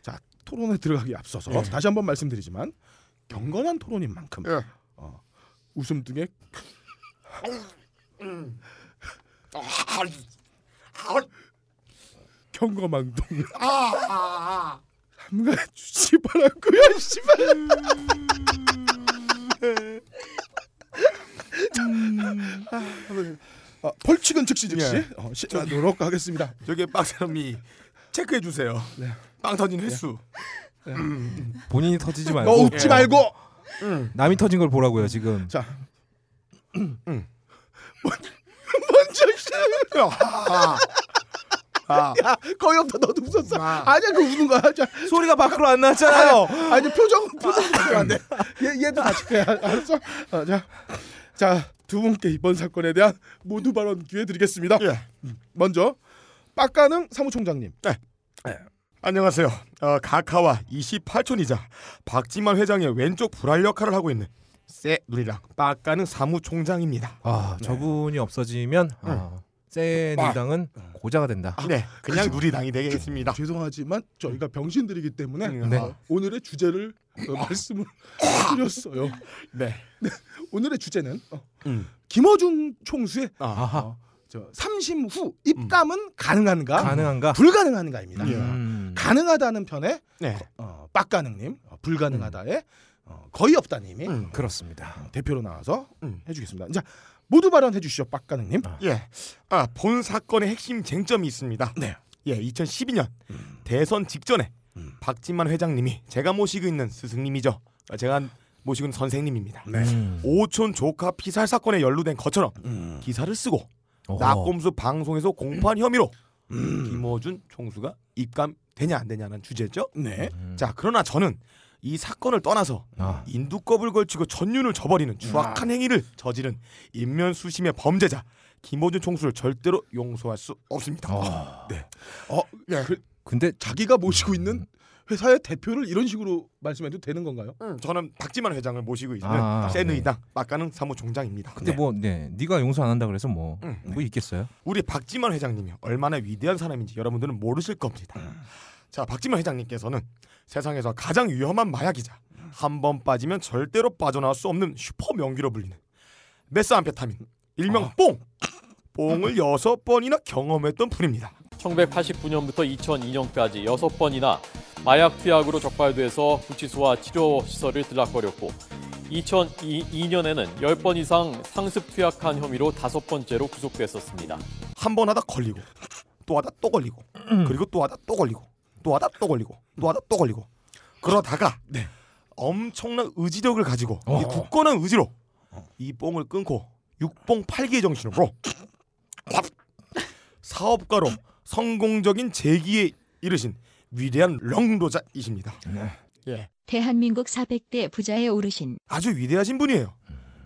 자 토론에 들어가기 앞서서
예.
다시 한번 말씀드리지만 경건한 토론인 만큼
예.
어, 웃음 등의
아,
경거망동을
아, 아,
삼가 주지 바라고요, 씨발. 음. 아, 벌칙은 즉시 즉시
예.
어, 시도록 하겠습니다.
저기 빡사람이 체크해 주세요.
네.
빵 터진 횟수.
본인이 터지지 말고
너 어, 웃지
예.
말고.
남이 터진 걸 보라고요 지금.
자, 먼저 시작.
아, 아,
야, 거의 없다 너도 웃었어.
아.
아니야, 그 웃는 거야. 자,
소리가 밖으로 안 나잖아요.
아니 표정 표정 바뀌면 안 돼. 얘 얘도 같이 해. 아, 네, 알- 알았어. 어, 자, 자, 두 분께 이번 사건에 대한 모두 발언 기회 드리겠습니다. 음,
예.
먼저 빡가능 사무총장님.
안녕하세요. 어, 가카와 28촌이자 박지만 회장의 왼쪽 불알 역할을 하고 있는 쎄 누리랑 빡가는 사무총장입니다.
아, 저분이 없어지면 아, 새누리당은 고자가 된다.
네, 그냥 누리당이 되겠습니다.
죄송하지만 저희가 병신들이기 때문에
네.
어, 오늘의 주제를 어, 말씀을 드렸어요.
네.
오늘의 주제는 어,
음.
김어준 총수의 어,
아,
아하,
저 삼심 후 입감은
아.
가능한가
가능한가?
불가능한가입니다.
예.
음.
가능하다는 편에
네.
어, 빡가능님 어, 불가능하다에 어, 거의 없다님이 어,
음.
그렇습니다.
대표로 나와서
음.
해주겠습니다. 자 모두 발언해 주시죠, 빡가능님.
예. 아, 본 사건의 핵심 쟁점이 있습니다.
네.
예, 2012년 대선 직전에
음.
박진만 회장님이 제가 모시고 있는 스승님이죠. 아, 제가 모시고 있는 선생님입니다.
네.
음.
오촌 조카 피살 사건에 연루된 것처럼
음.
기사를 쓰고
어허.
낙곰수 방송에서 공판 혐의로 김어준 총수가 입감되냐 안 되냐는 주제죠.
네.
음.
자, 그러나 저는 이 사건을 떠나서
아.
인두껍을 걸치고 전륜을 저버리는 추악한 행위를 저지른 인면수심의 범죄자 김어준 총수를 절대로 용서할 수 없습니다.
아.
어, 그,
근데
자기가 모시고 있는 회사의 대표를 이런 식으로 말씀해도 되는 건가요?
음, 저는 박지만 회장을 모시고 있는
아,
새누리당 막가는 사무총장입니다.
근데
네.
뭐, 네, 네가 용서 안 한다 그래서 뭐,
음,
뭐 있겠어요?
우리 박지만 회장님이 얼마나 위대한 사람인지 여러분들은 모르실 겁니다.
음.
자, 박지만 회장님께서는 세상에서 가장 위험한 마약이자 한 번 빠지면 절대로 빠져나올 수 없는 슈퍼 명기로 불리는 메스암페타민, 일명
아.
뽕. 뽕을 여섯 번이나 경험했던 분입니다.
1989년부터 2002년까지 6번이나 마약 투약으로 적발돼서 구치소와 치료 시설을 들락거렸고 2002년에는 10번 이상 상습 투약한 혐의로 다섯 번째로 구속됐었습니다.
한 번 하다 걸리고 또 하다 또 걸리고 그리고 또 하다 또 걸리고 또 하다 또 걸리고 또 하다 또 걸리고 그러다가 엄청난 의지력을 가지고 이 굳건한 의지로 이 뽕을 끊고 육봉 팔기의 정신으로 사업가로 성공적인 재기에 이르신 위대한 롱도자이십니다.
네.
예.
대한민국 400대 부자에 오르신
아주 위대하신 분이에요.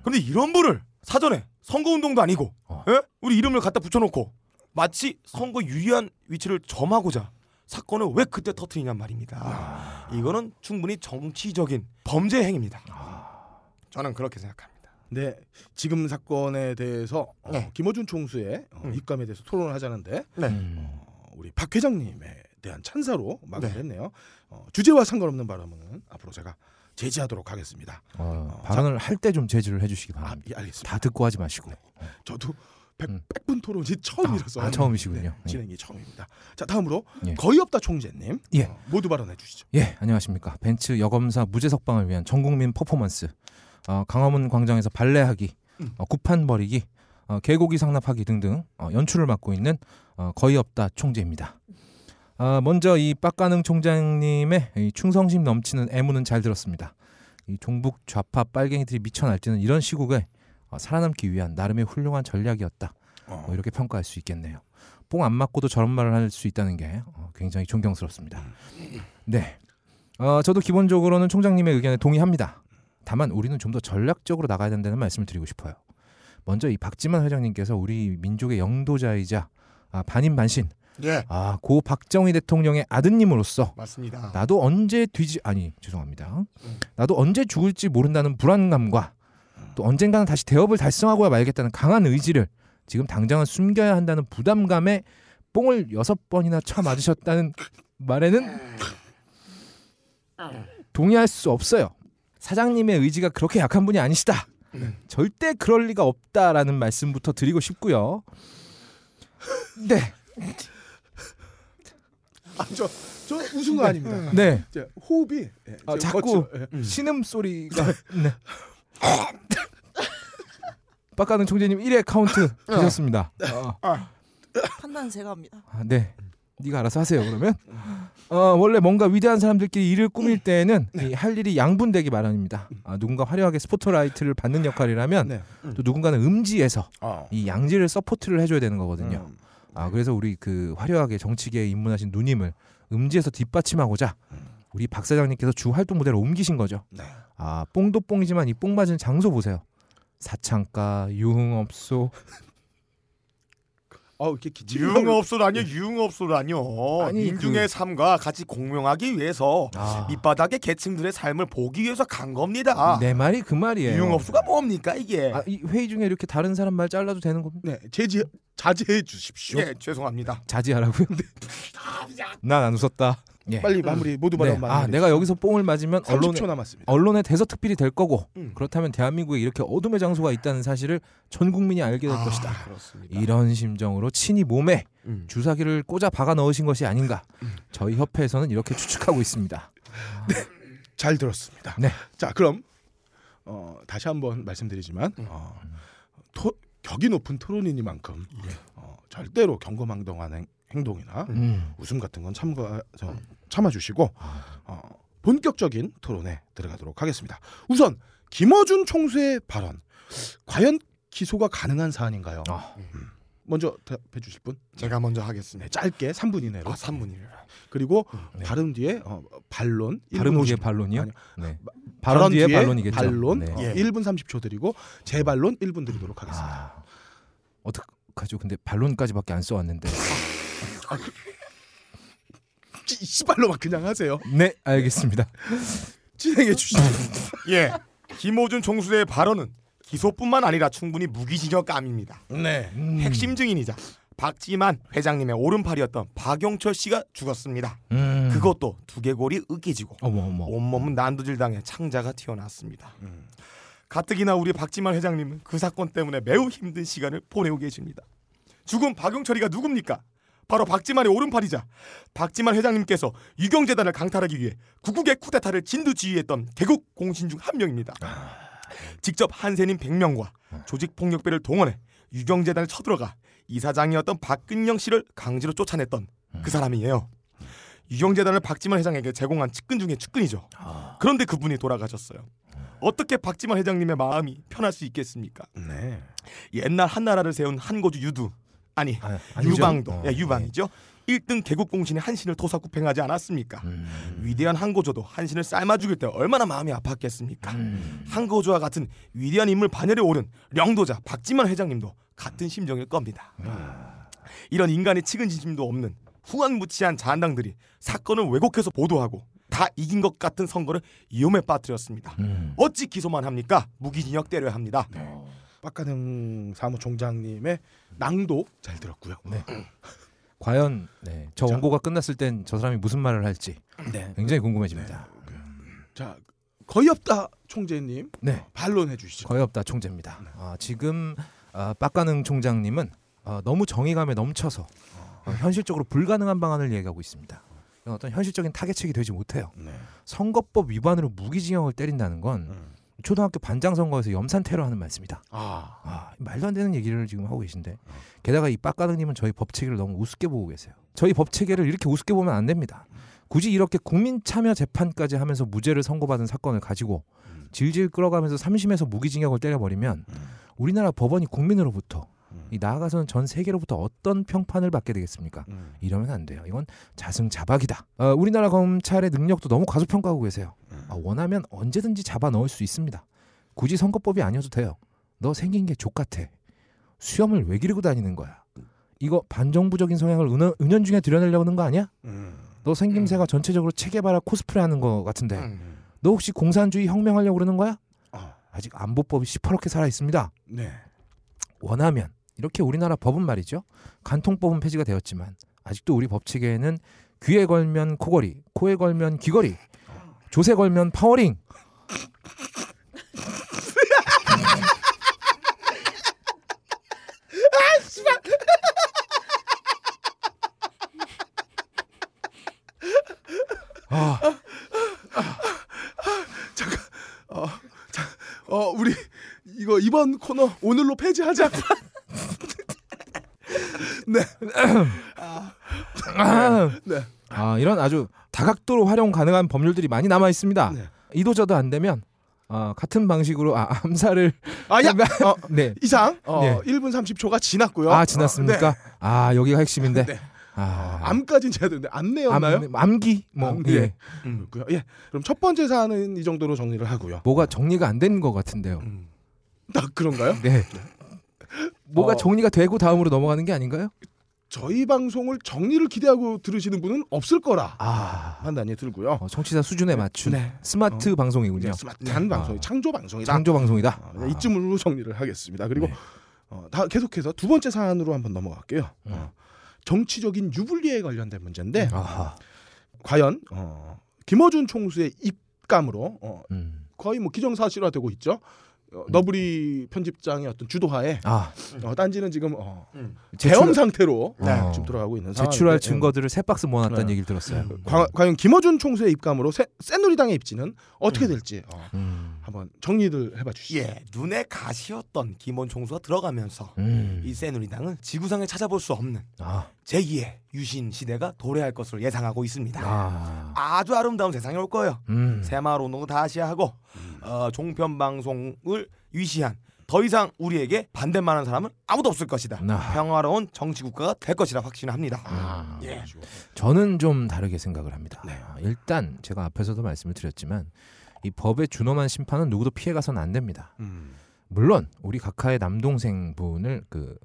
그런데 이런 분을 사전에 선거운동도 아니고
어.
예? 우리 이름을 갖다 붙여놓고 마치 선거 유리한 위치를 점하고자 사건을 왜 그때 터트리냔 말입니다. 이거는 충분히 정치적인 범죄 행위입니다. 아. 저는 그렇게 생각합니다.
네, 지금 사건에 대해서 어,
네.
김어준 총수의 어,
음.
입감에 대해서 토론을 하자는데
음.
어, 우리 박 회장님에 대한 찬사로
네.
마무리했네요. 어, 주제와 상관없는 발언은 앞으로 제가 제지하도록 하겠습니다.
어, 발언을 할 때 좀 제지를 해주시기
아,
바랍니다.
예, 알겠습니다.
다 듣고 하지 마시고.
저도 백,
음.
분 토론이 처음이라서
아, 아, 처음이시군요.
네, 진행이 처음입니다. 자, 다음으로
예.
거의 없다 총재님
예.
어, 모두 발언해 주시죠.
예, 안녕하십니까. 벤츠 여검사 무죄 석방을 위한 전국민 퍼포먼스, 어, 강화문 광장에서 발레하기,
음.
어, 구판 벌이기, 어, 개고기 상납하기 등등 어, 연출을 맡고 있는 어, 거의 없다 총재입니다. 아, 먼저 이 빡가능 총장님의 이 충성심 넘치는 애무는 잘 들었습니다. 이 종북 좌파 빨갱이들이 미쳐 날뛰는 이런 시국에 어, 살아남기 위한 나름의 훌륭한 전략이었다.
어.
뭐 이렇게 평가할 수 있겠네요. 뽕 안 맞고도 저런 말을 할 수 있다는 게 어, 굉장히 존경스럽습니다.
음.
네. 어, 저도 기본적으로는 총장님의 의견에 동의합니다. 다만 우리는 좀 더 전략적으로 나가야 된다는 말씀을 드리고 싶어요. 먼저 이 박지만 회장님께서 우리 민족의 영도자이자 아, 반인반신
예,
아, 고 박정희 대통령의 아드님으로서
맞습니다.
나도 언제 뒤지 아니 죄송합니다. 나도 언제 죽을지 모른다는 불안감과 또 언젠가는 다시 대업을 달성하고야 말겠다는 강한 의지를 지금 당장은 숨겨야 한다는 부담감에 뽕을 여섯 번이나 쳐 맞으셨다는 말에는 동의할 수 없어요. 사장님의 의지가 그렇게 약한 분이 아니시다. 절대 그럴 리가 없다라는 말씀부터 드리고 싶고요. 네,
아, 저, 저 웃은 거 아닙니다.
네.
이제 호흡이 예,
아,
지금
자꾸
거쳐- 예.
신음 소리가 네. 빡가는 총재님 1회 카운트 되셨습니다. 어,
판단은 제가 합니다.
아, 네. 네가 알아서 하세요. 그러면 어, 원래 뭔가 위대한 사람들끼리 일을 꾸밀 때에는 이할 일이 양분되기 마련입니다. 아, 누군가 화려하게 스포트라이트를 받는 역할이라면
네.
음.
또 누군가는 음지에서
어.
이 양지를 서포트를 해줘야 되는 거거든요.
음.
아 그래서 우리 그 화려하게 정치계에 입문하신 누님을 음지에서 뒷받침하고자 우리 박 사장님께서 주 활동 무대로 옮기신 거죠.
음. 네.
아 뽕도 뽕이지만 이 뽕 맞은 장소 보세요. 사창가, 유흥업소,
아, 이렇게 기침.
유흥업소라뇨, 유흥업소라뇨.
아니,
민중의
그-
삶과 같이 공명하기 위해서
아,
밑바닥의 계층들의 삶을 보기 위해서 간 겁니다.
내 말이 그 말이에요.
유흥업소가 뭡니까 이게?
아, 이 회의 중에 이렇게 다른 사람 말 잘라도 되는 겁니다.
네, 제지 자제해 주십시오.
예, 죄송합니다.
자제하라고요. 난 안 웃었다. 예.
아, 빨리 마무리 모두 발언
네.
마무리.
아 내가 여기서 뽕을 맞으면
30초
언론에
남았습니다.
언론의 대서특필이 될 거고
음.
그렇다면 대한민국에 이렇게 어둠의 장소가 있다는 사실을 전 국민이 알게
아,
될 것이다.
그렇습니다.
이런 심정으로 친히 몸에
음.
주사기를 꽂아 박아 넣으신 것이 아닌가. 저희 협회에서는 이렇게 추측하고 있습니다.
잘 들었습니다.
네.
자, 그럼 어, 다시 한번 말씀드리지만
음.
어, 토, 격이 높은 토론이니만큼 어, 절대로 경거망동한 행, 행동이나
예. 음.
웃음 같은 건 참가 저, 참아주시고 어, 본격적인 토론에 들어가도록 하겠습니다. 우선 김어준 총수의 발언 과연 기소가 가능한 사안인가요?
아.
음. 먼저 대답해 주실 분?
제가 먼저
네,
하겠습니다.
짧게 3분 이내로.
아, 3분이라.
그리고
네.
발음 뒤에 어, 반론
발음
1분
뒤에
50초.
반론이요?
아니,
네. 발언 뒤에 반론이겠죠.
반론
네.
어,
예.
1분 30초 드리고 재반론 1분 드리도록 하겠습니다.
아, 어떡하죠? 근데 반론까지밖에 안 써왔는데.
이 씨발로만 그냥 하세요.
네, 알겠습니다.
진행해 주시죠.
예. 김호준 총수의 발언은 기소뿐만 아니라 충분히 무기징역감입니다.
네.
음.
핵심 증인이자 박지만 회장님의 오른팔이었던 박용철 씨가 죽었습니다.
음.
그것도 두개골이 으깨지고
어머 어머.
온몸은 난도질 당해 창자가 튀어나왔습니다. 가뜩이나 우리 박지만 회장님은 그 사건 때문에 매우 힘든 시간을 보내고 계십니다. 죽은 박용철이가 누굽니까? 바로 박지만의 오른팔이자 박지만 회장님께서 유경재단을 강탈하기 위해 구국의 쿠데타를 진두지휘했던 개국 공신 중 한 명입니다. 직접 한세님 100명과 조직폭력배를 동원해 유경재단을 쳐들어가 이사장이었던 박근영 씨를 강제로 쫓아냈던 그 사람이에요. 유경재단을 박지만 회장에게 제공한 측근 중에 측근이죠. 그런데 그분이 돌아가셨어요. 어떻게 박지만 회장님의 마음이 편할 수 있겠습니까?
네.
옛날 한나라를 세운 한고주 유두 아니
아, 아니죠?
유방도
어,
예, 유방이죠. 1등 개국공신이 한신을 토사구팽하지 않았습니까?
예. 음.
위대한 한고조도 한신을 삶아 죽일 때 얼마나 마음이 아팠겠습니까?
음.
한고조와 같은 위대한 인물 반열에 오른 령도자 박지만 회장님도 같은 심정일 겁니다.
아.
이런 인간의 측은지심도 없는 후한무치한 잔당들이 사건을 왜곡해서 보도하고 다 이긴 것 같은 선거를 위험에 빠뜨렸습니다.
음. 네.
어찌 기소만 합니까? 무기징역 때려야 합니다.
박가능 사무총장님의 낭도 잘 들었고요. 네.
과연 네, 저
자.
원고가 끝났을 땐 저 사람이 무슨 말을 할지 굉장히 궁금해집니다.
자 거의 없다 총재님
네.
반론해 주시죠. 네.
거의 없다 총재입니다. 아, 지금 아, 빡가능 총장님은 아, 너무 정의감에 넘쳐서 어, 현실적으로 불가능한 방안을 얘기하고 있습니다. 이건 어떤 현실적인 타겟책이 되지 못해요.
네.
선거법 위반으로 무기징역을 때린다는 건
음.
초등학교 반장 선거에서 염산 테러하는 말씀이다.
아
아, 말도 안 되는 얘기를 지금 하고 계신데 게다가 이 빡가능님은 저희 법 체계를 너무 우습게 보고 계세요. 저희 법 체계를 이렇게 우습게 보면 안 됩니다. 굳이 이렇게 국민 참여 재판까지 하면서 무죄를 선고받은 사건을 가지고
음.
질질 끌어가면서 삼심에서 무기징역을 때려버리면 우리나라 법원이 국민으로부터
음.
이 나아가서는 전 세계로부터 어떤 평판을 받게 되겠습니까?
음.
이러면 안 돼요. 이건 자승자박이다. 어, 우리나라 검찰의 능력도 너무 과소평가하고 계세요. 아, 원하면 언제든지 잡아 넣을 수 있습니다. 굳이 선거법이 아니어도 돼요. 너 생긴 게 족같아. 수염을 왜 기르고 다니는 거야? 이거 반정부적인 성향을 은연, 은연중에 드러내려는 거 아니야?
음.
너 생김새가 전체적으로 체계바라 코스프레하는 거 같은데
음.
너 혹시 공산주의 혁명하려고 그러는 거야?
어.
아직 안보법이 시퍼렇게 살아 있습니다.
네.
원하면 이렇게 우리나라 법은 말이죠. 간통법은 폐지가 되었지만 아직도 우리 법 체계에는 귀에 걸면 코걸이, 코에 걸면 귀걸이, 조세 걸면 파워링. 아,
어, 자, 어 우리 이거 이번 코너 오늘로 폐지하자. 네.
아,
네.
아, 이런 아주 다각도로 활용 가능한 법률들이 많이 남아 있습니다.
네.
이도저도 안 되면 어, 같은 방식으로 아, 암살을
아야
어, 네.
이상 어,
네.
1분 30초가 지났고요.
아 지났습니까?
어, 네.
아 여기가 핵심인데.
네.
아,
암까지는 제가 되는데 안 내었나요?
암- 암기 뭐
암기.
예.
음.
그렇고요. 예. 그럼 첫 번째 사안은 이 정도로 정리를 하고요.
뭐가 정리가 안 된 것 같은데요.
음.
딱 그런가요?
네. 뭐가
어.
정리가 되고 다음으로 넘어가는 게 아닌가요?
저희 방송을 정리를 기대하고 들으시는 분은 없을 거라
아
판단이 들고요.
어, 청취자 수준에 맞춘
네.
스마트 방송이군요.
이제 스마트한 방송이
아.
창조 방송이다.
창조 방송이다.
어, 네, 이쯤으로 정리를 하겠습니다. 그리고
네.
어, 다 계속해서 두 번째 사안으로 한번 넘어갈게요.
음.
어, 정치적인 유불리에 관련된
네.
문제인데
아하.
과연 어, 김어준 총수의 입감으로 어,
음.
거의 뭐 기정사실화되고 있죠. 어,
네.
너브리 편집장의 어떤 주도하에
아
어, 딴지는 지금 어,
음.
대엄 상태로
네.
어, 지금 돌아가고 있는 상황.
제출할
네,
증거들을 세 박스 모아놨다는
네.
얘기를 들었어요.
음.
과, 과연 김어준 총수의 입감으로 새, 새누리당의 입지는 어떻게
음.
될지 어,
음.
한번 정리를 해봐 주시죠.
예, 눈에 가시였던 김원 총수가 들어가면서
음.
이 새누리당은 지구상에 찾아볼 수 없는
아.
제2의 유신 시대가 도래할 것으로 예상하고 있습니다.
아.
아주 아름다운 세상이 올 거예요.
음.
새마을 운동을 다시 하고 어, 종편 방송을 위시한 더 이상 우리에게 반대만 하는 사람은 아무도 없을 것이다.
나.
평화로운 정치 국가가 될 것이라 확신합니다.
아.
예.
저는 좀 다르게 생각을 합니다.
네.
아, 일단 제가 앞에서도 말씀을 드렸지만 이 법에 준엄한 심판은 누구도 피해가선 안 됩니다.
음.
물론 우리 각하의 남동생 분을 그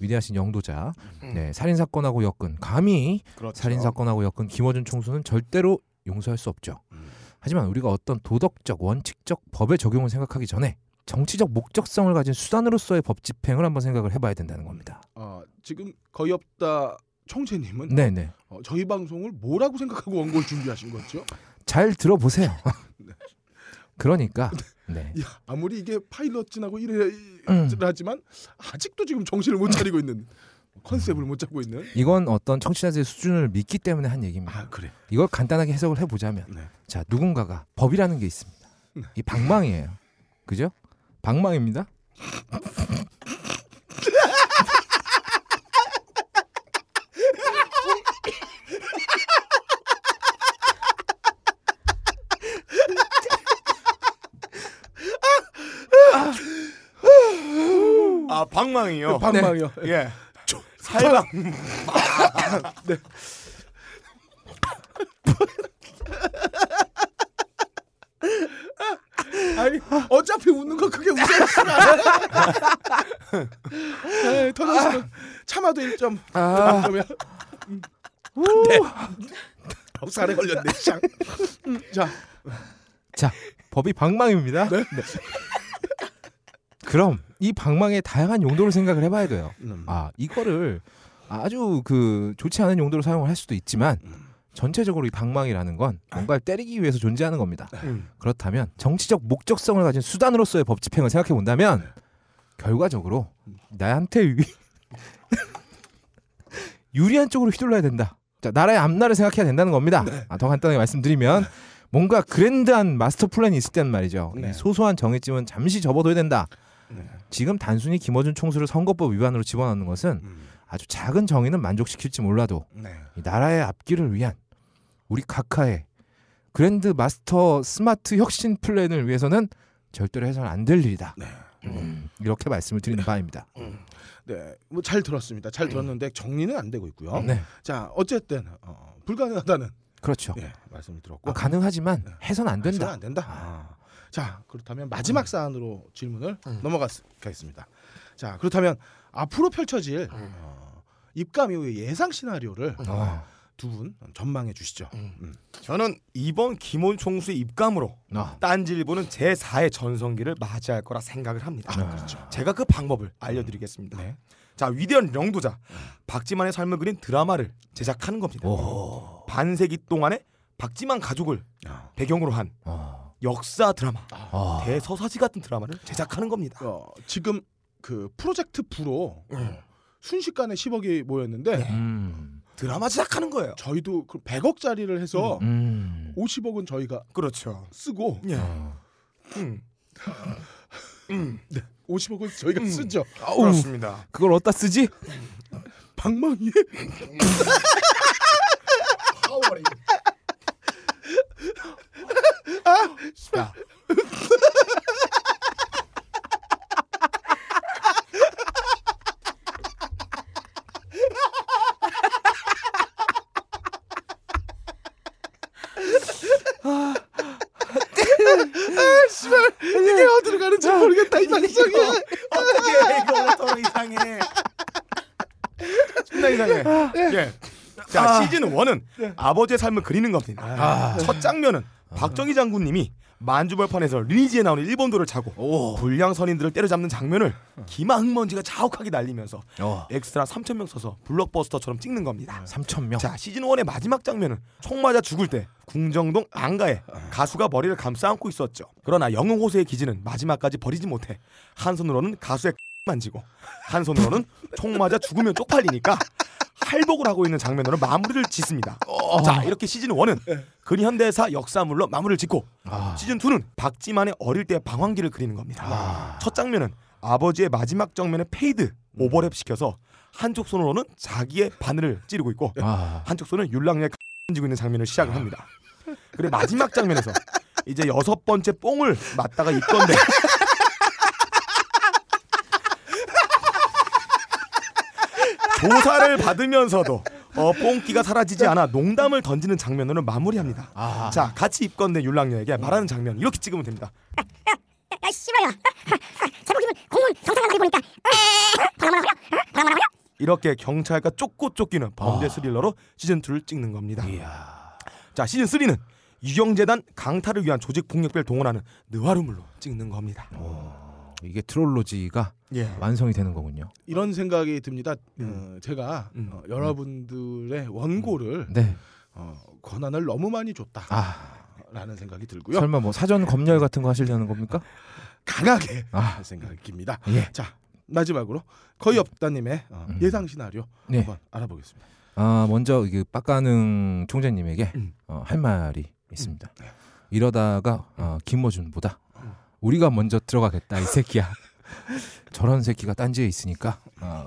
위대하신 영도자,
음.
네, 살인 사건하고 엮은 감히
그렇죠.
살인 사건하고 엮은 김어준 총수는 절대로 용서할 수 없죠.
음.
하지만 우리가 어떤 도덕적, 원칙적 법의 적용을 생각하기 전에 정치적 목적성을 가진 수단으로서의 법 집행을 한번 생각을 해봐야 된다는 겁니다.
어, 지금 거의 없다 총재님은
네, 네.
어, 저희 방송을 뭐라고 생각하고 원고를 준비하신 거죠?
잘 들어보세요. 그러니까 네.
야, 아무리 이게 파일럿 지나고 이래
음.
하지만 아직도 지금 정신을 못 차리고 있는 컨셉을 못 잡고 있는.
이건 어떤 청취자들의 수준을 믿기 때문에 한 얘기입니다.
그래.
이걸 간단하게 해석을 해보자면
아. 네.
자 누군가가 법이라는 게 있습니다. 이 방망이에요. 그죠? 방망입니다.
아 방망이요.
방망이요.
아,
네.
예. 탈락.
아니 어차피 웃는 거 그게 웃음이야. 네, 터졌어. 참아도 1점.
아.
그러면
네.
네. 살에 걸렸네. 샹. 음, 자,
자, 법이 방망입니다. 네. 그럼 이 방망의 다양한 용도를 생각을 해봐야 돼요.
음.
아, 이거를 아주 그 좋지 않은 용도로 사용을 할 수도 있지만 전체적으로 이 방망이라는 건 뭔가를 때리기 위해서 존재하는 겁니다.
음.
그렇다면 정치적 목적성을 가진 수단으로서의 법 집행을 생각해 본다면 결과적으로 나한테 유- 유리한 쪽으로 휘둘러야 된다. 자, 나라의 앞날을 생각해야 된다는 겁니다. 아, 더 간단하게 말씀드리면 뭔가 그랜드한 마스터 플랜이 있을 때는 말이죠. 이
네.
소소한 정의쯤은 잠시 접어둬야 된다.
네.
지금 단순히 김어준 총수를 선거법 위반으로 집어넣는 것은
음.
아주 작은 정의는 만족시킬지 몰라도
네.
이 나라의 앞길을 위한 우리 각하의 그랜드 마스터 스마트 혁신 플랜을 위해서는 절대로 해서는 안 될 일이다.
네.
음, 이렇게 말씀을 드리는 바입니다.
네. 뭐 잘 들었습니다. 잘 들었는데 정리는 안 되고 있고요.
네,
자, 어쨌든 어, 불가능하다는
그렇죠.
예, 말씀을 들었고
아, 가능하지만
네.
해선 안
해서는
된다. 음.
안 된다. 아. 자, 그렇다면 마지막 사안으로 질문을 넘어가겠습니다. 자, 그렇다면 앞으로 펼쳐질 어, 입가미호의 예상 시나리오를
음.
어,
아, 음.
두 분 전망해 주시죠.
저는 이번 김원 총수의 입감으로
아,
딴지일보는 제4의 전성기를 맞이할 거라 생각을 합니다.
그렇죠.
제가 그 방법을 알려드리겠습니다. 자 위대한 영도자 박지만의 삶을 그린 드라마를 제작하는 겁니다.
어.
반세기 동안의 박지만 가족을
아.
배경으로 한
아,
역사 드라마
아.
대서사지 같은 드라마를 제작하는 겁니다.
어, 지금 그 프로젝트 부로 어, 순식간에 10억이 모였는데
음,
드라마 제작하는 거예요.
저희도 그 100억짜리를 해서
음.
50억은 저희가
그렇죠.
쓰고
예.
아.
어.
음.
음.
50억은 네, 저희가
음.
쓰죠.
그렇습니다.
그걸 어디다 쓰지?
방망이에
자,
이게 어디로 가는지 모르겠다 이 방송이.
어떻게 이거 더 이상해. 존나 이상해. 예. 자 시즌 1은 아버지의 삶을 그리는 겁니다. 첫 장면은 박정희 장군님이 만주벌판에서 리니지에 나오는 어. 일본도를 차고 불량 선인들을 때려잡는 장면을 기마 흙먼지가 자욱하게 날리면서
어.
엑스트라 3천 명 써서 블록버스터처럼 찍는 겁니다.
3천 명.
자 시즌 1의 마지막 장면은 총 맞아 죽을 때 궁정동 안가에 가수가 머리를 감싸 안고 있었죠. 그러나 영웅 호세의 기지는 마지막까지 버리지 못해 한 손으로는 가수의 만지고 한 손으로는 총 맞아 죽으면 쪽팔리니까 할복을 하고 있는 장면으로 마무리를 짓습니다. 자 이렇게 시즌 1은 근현대사 역사물로 마무리를 짓고
아.
시즌 2는 박지만의 어릴 때 방황기를 그리는 겁니다.
아.
첫 장면은 아버지의 마지막 장면에 페이드 오버랩 시켜서 한쪽 손으로는 자기의 바늘을 찌르고 있고
아.
한쪽 손은 율랑이에 던지고 있는 장면을 시작을 합니다. 그리고 마지막 장면에서 이제 여섯 번째 뽕을 맞다가 입던데 조사를 받으면서도 어, 뽕기가 사라지지 않아 농담을 던지는 장면으로 마무리합니다.
아.
자, 같이 입건된 율랑이에게 말하는 장면 이렇게 찍으면 됩니다.
야 씨발야 제목이면 공문 정상한 날이 보니까 바람하라고요? 바람하라고요?
이렇게 경찰과 쫓고 쫓기는 범죄 스릴러로 시즌 2를 찍는 겁니다. 자 시즌 3는 유경재단 강타를 위한 조직 폭력배를 동원하는 느와르물로 찍는 겁니다.
이게 트롤로지가
예.
완성이 되는 거군요.
이런 생각이 듭니다. 어, 제가
음.
어, 여러분들의 원고를
네.
어, 권한을 너무 많이 줬다라는
아,
생각이 들고요.
설마 뭐 사전 검열 같은 거 하시려는 겁니까?
강하게
아.
할 생각이 듭니다.
예.
자 마지막으로 거의 없다님의 어,
음.
예상 시나리오
네.
한번 알아보겠습니다.
아 먼저 그 빡가능 총재님에게
음.
어, 할 말이 있습니다. 이러다가 어, 김어준보다 우리가 먼저 들어가겠다 이 새끼야. 저런 새끼가 딴지에 있으니까 어,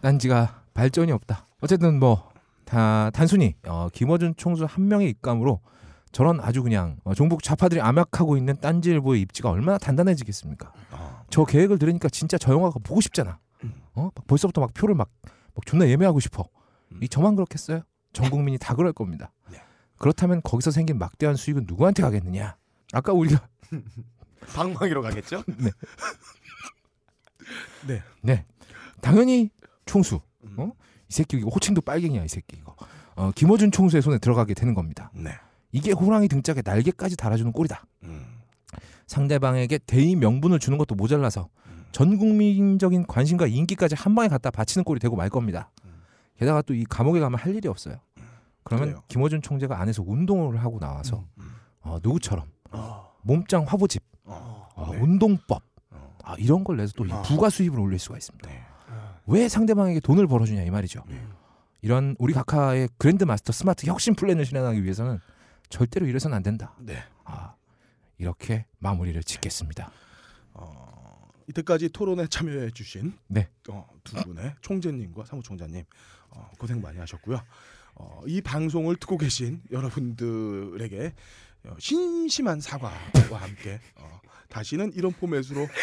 딴지가 발전이 없다. 어쨌든 뭐 다 단순히 어, 김어준 총수 한 명의 입감으로 저런 아주 그냥 어, 종북 좌파들이 암약하고 있는 딴지일보의 입지가 얼마나 단단해지겠습니까? 저 계획을 들으니까 진짜 저 영화가 보고 싶잖아. 어? 막 벌써부터 막 표를 막, 막 존나 예매하고 싶어.
음.
이 저만 그렇겠어요? 전 국민이 다 그럴 겁니다.
네.
그렇다면 거기서 생긴 막대한 수익은 누구한테 가겠느냐? 아까 우리가
방망이로 가겠죠?
네 당연히 총수
음.
어? 이 새끼 이거 호칭도 빨갱이야 이 새끼 이거 어, 김어준 총수의 손에 들어가게 되는 겁니다.
네.
이게 호랑이 등짝에 날개까지 달아주는 꼴이다.
음.
상대방에게 대의 명분을 주는 것도 모자라서 전 국민적인 관심과 인기까지 한 방에 갖다 바치는 꼴이 되고 말 겁니다. 게다가 또 이 감옥에 가면 할 일이 없어요. 그러면
그래요.
김어준 총재가 안에서 운동을 하고 나와서 어, 누구처럼 몸짱 화보집,
어.
어,
네.
운동법
어.
아, 이런 걸 내서 또이
아.
부가 수입을 올릴 수가 있습니다.
네.
왜 상대방에게 돈을 벌어주냐 이 말이죠.
네.
이런 우리 각하의 그랜드 마스터 스마트 혁신 플랜을 실현하기 위해서는 절대로 이래서는 안 된다.
네.
아, 이렇게 마무리를 짓겠습니다.
어, 이때까지 토론에 참여해 주신
네.
어, 두 분의 총재님과 사무총장님 어, 고생 많이 하셨고요. 어, 이 방송을 듣고 계신 여러분들에게 어, 심심한 사과와 함께 어, 다시는 이런 포맷으로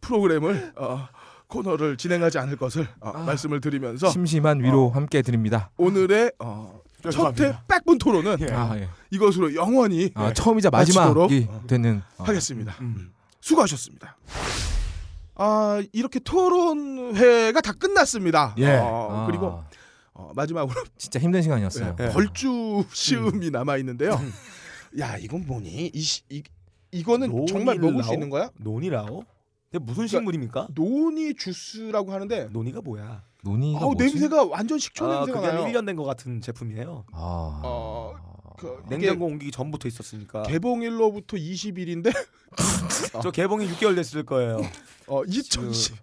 프로그램을 어, 코너를 진행하지 않을 것을 어, 말씀을 드리면서
심심한 위로 함께 드립니다.
오늘의 어,
죄송합니다.
첫회 백분 토론은
아, 예.
이것으로 영원히
아,
예,
처음이자
마치도록,
마지막이
어.
되는 어,
하겠습니다. 수고하셨습니다. 아 이렇게 토론회가 다 끝났습니다.
예.
어,
아,
그리고 어, 마지막으로
진짜 힘든 시간이었어요.
예, 예.
벌주 시음이 남아 있는데요. 야 이건 뭐니? 이, 시- 이 이거는
노니라오?
정말 먹을 수 있는 거야?
논이라오? 근데
그러니까
무슨 식물입니까?
노니 주스라고 하는데
논이가 뭐야?
논의가
어,
뭐지?
냄새가 완전 식초
아,
냄새가
그게
나요.
한 1년 된 것 같은 제품이에요.
아.
어, 그- 이게-
냉장고 옮기기 전부터 있었으니까.
개봉일로부터 아. 20일인데
저 개봉이 6개월 됐을 거예요.
어, 2010.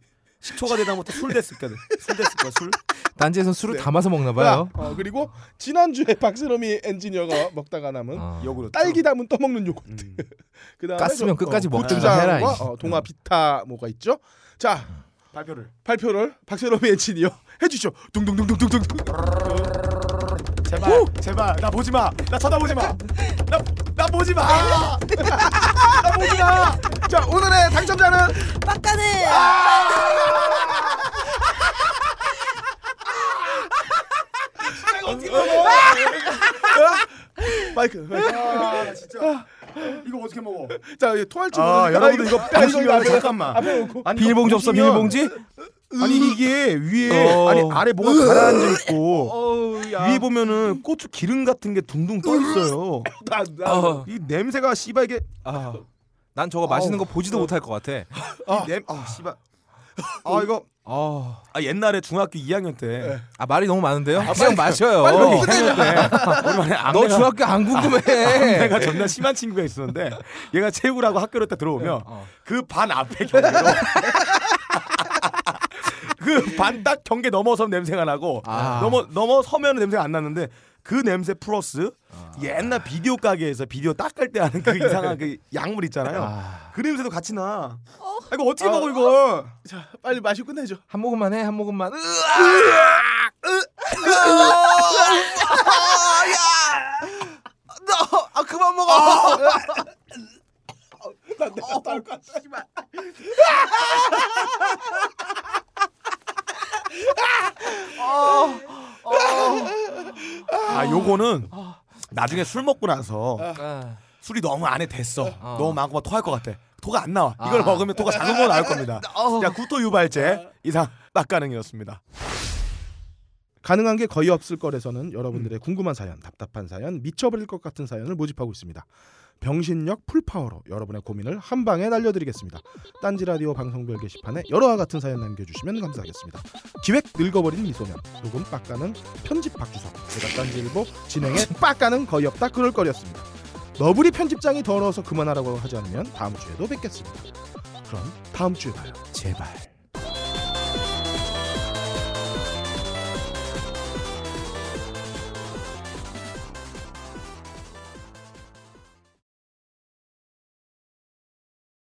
식초가 되다 못해 술 됐을 거예요. 술 됐을 거야 술.
단지에서 술을
네.
담아서 먹나
야,
봐요.
어, 그리고 지난주에 박세롬이 엔지니어가 먹다가 남은
아.
역으로
딸기 담은 떠먹는 요거.
그렇죠. 음.
그다음에
깠으면
저-
끝까지 먹든가
고추장과,
해라, 이씨. 음.
어, 동화 비타 뭐가 있죠? 자
발표를.
발표를 박세롬이 엔지니어 해주죠. 둥둥둥둥둥둥.
제발 제발 나 보지 마. 나 쳐다보지 마. 나나 보지 마.
나보기다. 아! 자 오늘의 당첨자는
빡가는
아! 마이크. 마이크.
아, 진짜. 이거 어떻게 먹어?
자 이거 토할 줄
아,
모르니까
여러분들 이거 빼
앞에-
잠깐만.
앞에 놓고
아니,
비닐봉지 없어
보시면- 음.
비닐봉지?
아니 이게 위에
어.
아니 아래 뭐가 가라앉아 있고
어우야.
위에 보면은 고추 기름 같은 게 둥둥 떠 있어요.
나, 나.
어.
이 냄새가 씨발 이게
아. 난 저거 마시는 거 보지도 못할 것 같아.
이 냄, 아, 씨발. 아 이거
아,
아 옛날에 중학교 2학년 때 어,
아 말이 너무 많은데요. 그냥 마셔요.
오랜만에
너
안내가 아,
중학교 안 궁금해.
내가 전날 심한 친구가 있었는데 얘가 체육을 고 학교로 딱 들어오면
어.
그 반 앞에 경계로 그 반 딱 경계 넘어서 냄새가 나고
아.
넘어 넘어 서면 냄새가 안 나는데 그 냄새 플러스 옛날 비디오 가게에서 비디오 닦을 때 하는 그 이상한 그 약물 있잖아요.
아.
그 냄새도 같이 나. 아, 이거 어떻게 먹어 이걸?
자 빨리 마시고 끝내죠.
한 모금만 해, 한 모금만.
너아 그만 먹어.
아 요거는 나중에 술 먹고 나서
아.
술이 너무 안에 됐어.
어.
너무 많고 막 토할 것 같아. 토가 안 나와. 이걸
아.
먹으면 토가 작은 거 나올 겁니다. 야 구토 유발제 이상 빡가능이었습니다.
가능한 게 거의 없을 거래서는 여러분들의 궁금한 사연, 답답한 사연, 미쳐버릴 것 같은 사연을 모집하고 있습니다. 병신력 풀파워로 여러분의 고민을 한 방에 날려드리겠습니다. 딴지 라디오 방송별 게시판에 여러와 같은 사연 남겨주시면 감사하겠습니다. 기획 늙어버린 미소년, 녹음 빡가는 편집 박주석, 제작 딴지일보 진행의 빡가는 거의 없다 그럴 거였습니다. 너부리 편집장이 더러워서 그만하라고 하지 않으면 다음 주에도 뵙겠습니다. 그럼 다음 주에 봐요.
제발.